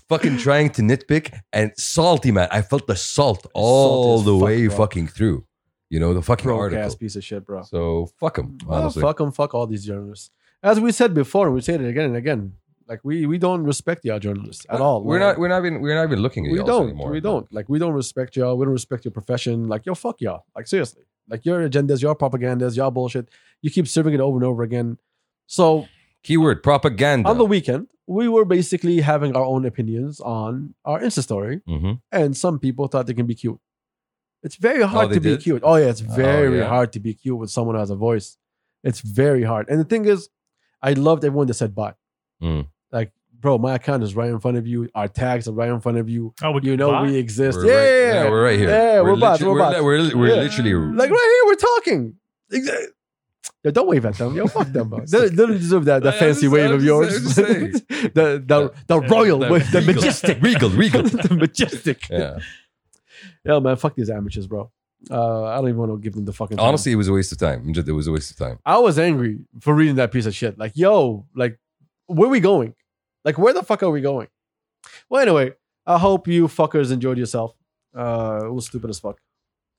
fucking trying to nitpick and salty man. I felt the salt all
as
the
fuck,
way
bro.
fucking through, you know, the fucking
Broke ass
article.
piece of shit, bro.
So fuck him,
Oh,
honestly.
fuck them, fuck all these journalists. As we said before, and we said it again and again. Like we we don't respect y'all journalists at all.
We're not. We're not even. We're not even looking at
we
y'all
don't.
anymore.
We don't. Like we don't respect y'all. We don't respect your profession. Like yo, fuck y'all. Like seriously. Like your agendas, your propagandas, y'all bullshit. You keep serving it over and over again. So
Keyword propaganda.
on the weekend, we were basically having our own opinions on our Insta story,
Mhm.
and some people thought they can be cute. It's very hard
they
to be
did?
cute. Oh yeah, it's very
yeah.
hard to be cute with someone who has a voice. It's very hard. And the thing is, I loved everyone that said bye.
Mm.
Like, bro, my account is right in front of you. Our tags are right in front of you.
oh, would
You know
buy?
we exist.
We're
yeah,
right, yeah, we're right here.
Yeah, we're bots, we're
literally-
bots.
We're, we're,
Yeah.
literally.
like right here, we're talking. Exa- Yo, don't wave at them. Yo, fuck them, bro. They, they don't deserve that, that
I
fancy
was- I
wave of
was
yours.
just- I was just
the the, the
Yeah.
royal,
The
wave, the
regal,
majestic,
regal, regal.
the majestic.
Yeah.
Yo, man, fuck these amateurs, bro. Uh, I don't even want to give them the fucking. time.
Honestly, it was a waste of time. It was a waste of time.
I was angry for reading that piece of shit. Like, yo, like, where we going? Like, where the fuck are we going? Well, anyway, I hope you fuckers enjoyed yourself. Uh, it was stupid as fuck.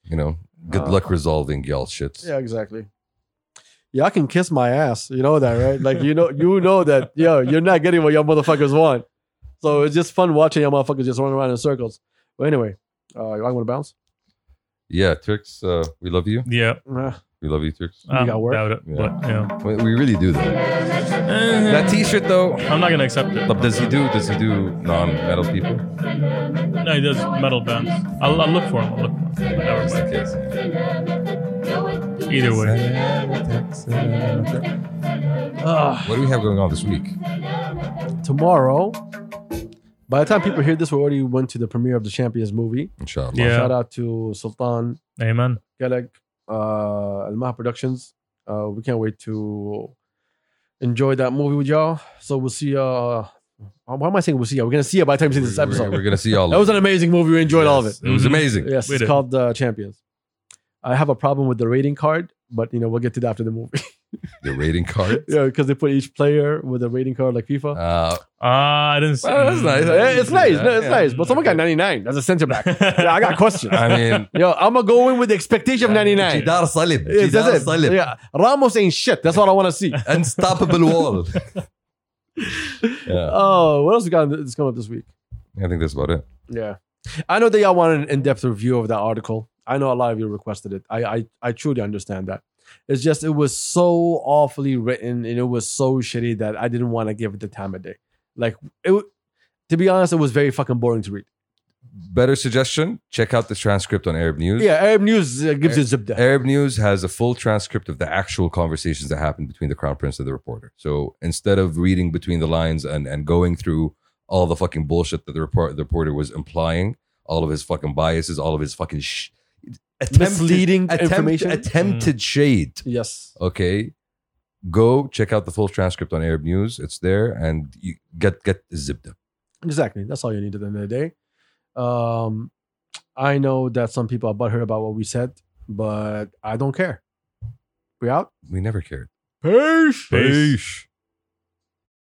You know, good
Uh,
luck resolving y'all shits.
Yeah, exactly. Yeah, I can kiss my ass. You know that, right? Like, you know, you know that. Yo, you're not getting what your motherfuckers want. So it's just fun watching your motherfuckers just run around in circles. But anyway, uh, you want to bounce?
Yeah, Turks, uh, we love you.
Yeah,
Uh,
We love you, Turks.
You got work?
doubt it,
Yeah.
but yeah.
We, we really do though. That T-shirt though.
I'm not gonna accept it.
But does he do? Does he do non-metal people?
No, he does metal bands. I'll, I'll look for him. I'll look for him. But never
Just in
mind.
case.
Either way.
What
Ah.
do we have going on this week?
tomorrow. By the time people hear this, we already went to the premiere of the Champions movie.
Inshallah.
Yeah.
Shout out to Sultan
Amen.
Galag, uh, Al Maha Productions. Uh, we can't wait to enjoy that movie with y'all. So we'll see. Uh, why am I saying we'll see? ya? We're gonna see you by the time you see this
We're-
episode.
We're gonna see y'all.
that was an amazing movie. We enjoyed all of it. Mm-hmm.
It was
Mhm.
amazing.
Yes,
We
it's
did.
called uh, Champions. I have a problem with the rating card, but you know we'll get to that after the movie.
The rating card.
yeah, because they put each player with a rating card like FIFA.
Uh,
Ah, I didn't see.
Well, that's nice.
Yeah, it's nice.
Yeah,
no, it's
yeah.
nice. But someone got 99. That's a center back. yeah, I got questions.
I mean,
Yo, I'm gonna go in with the expectation of 99.
Jidar Salib.
Yeah,
Jidar
that's it.
Salib.
Yeah, Ramos ain't shit. That's what I want to see.
Unstoppable wall. yeah,
Oh, what else we got that's coming up this week?
I think that's about it.
Yeah, I know that y'all want an in-depth review of that article. I know a lot of you requested it. I I, I truly understand that. It's just it was so awfully written and it was so shitty that I didn't want to give it the time of day. Like it, w- to be honest, it was very fucking boring to read.
Better suggestion: check out the transcript on Arab News.
Yeah, Arab News uh, gives you zibda.
Arab News has a full transcript of the actual conversations that happened between the crown prince and the reporter. So instead of reading between the lines and, and going through all the fucking bullshit that the, report, the reporter was implying, all of his fucking biases, all of his fucking sh-
Misleading
attempt-
information.
attempted shade.
yes,
Okay, go check out the full transcript on Arab News. It's there, and you get get zipped up.
exactly. That's all you need at the end of the day. Um, I know that some people are butthurt about what we said, but I don't care. We out.
We never cared.
Peace.
Peace.
Peace.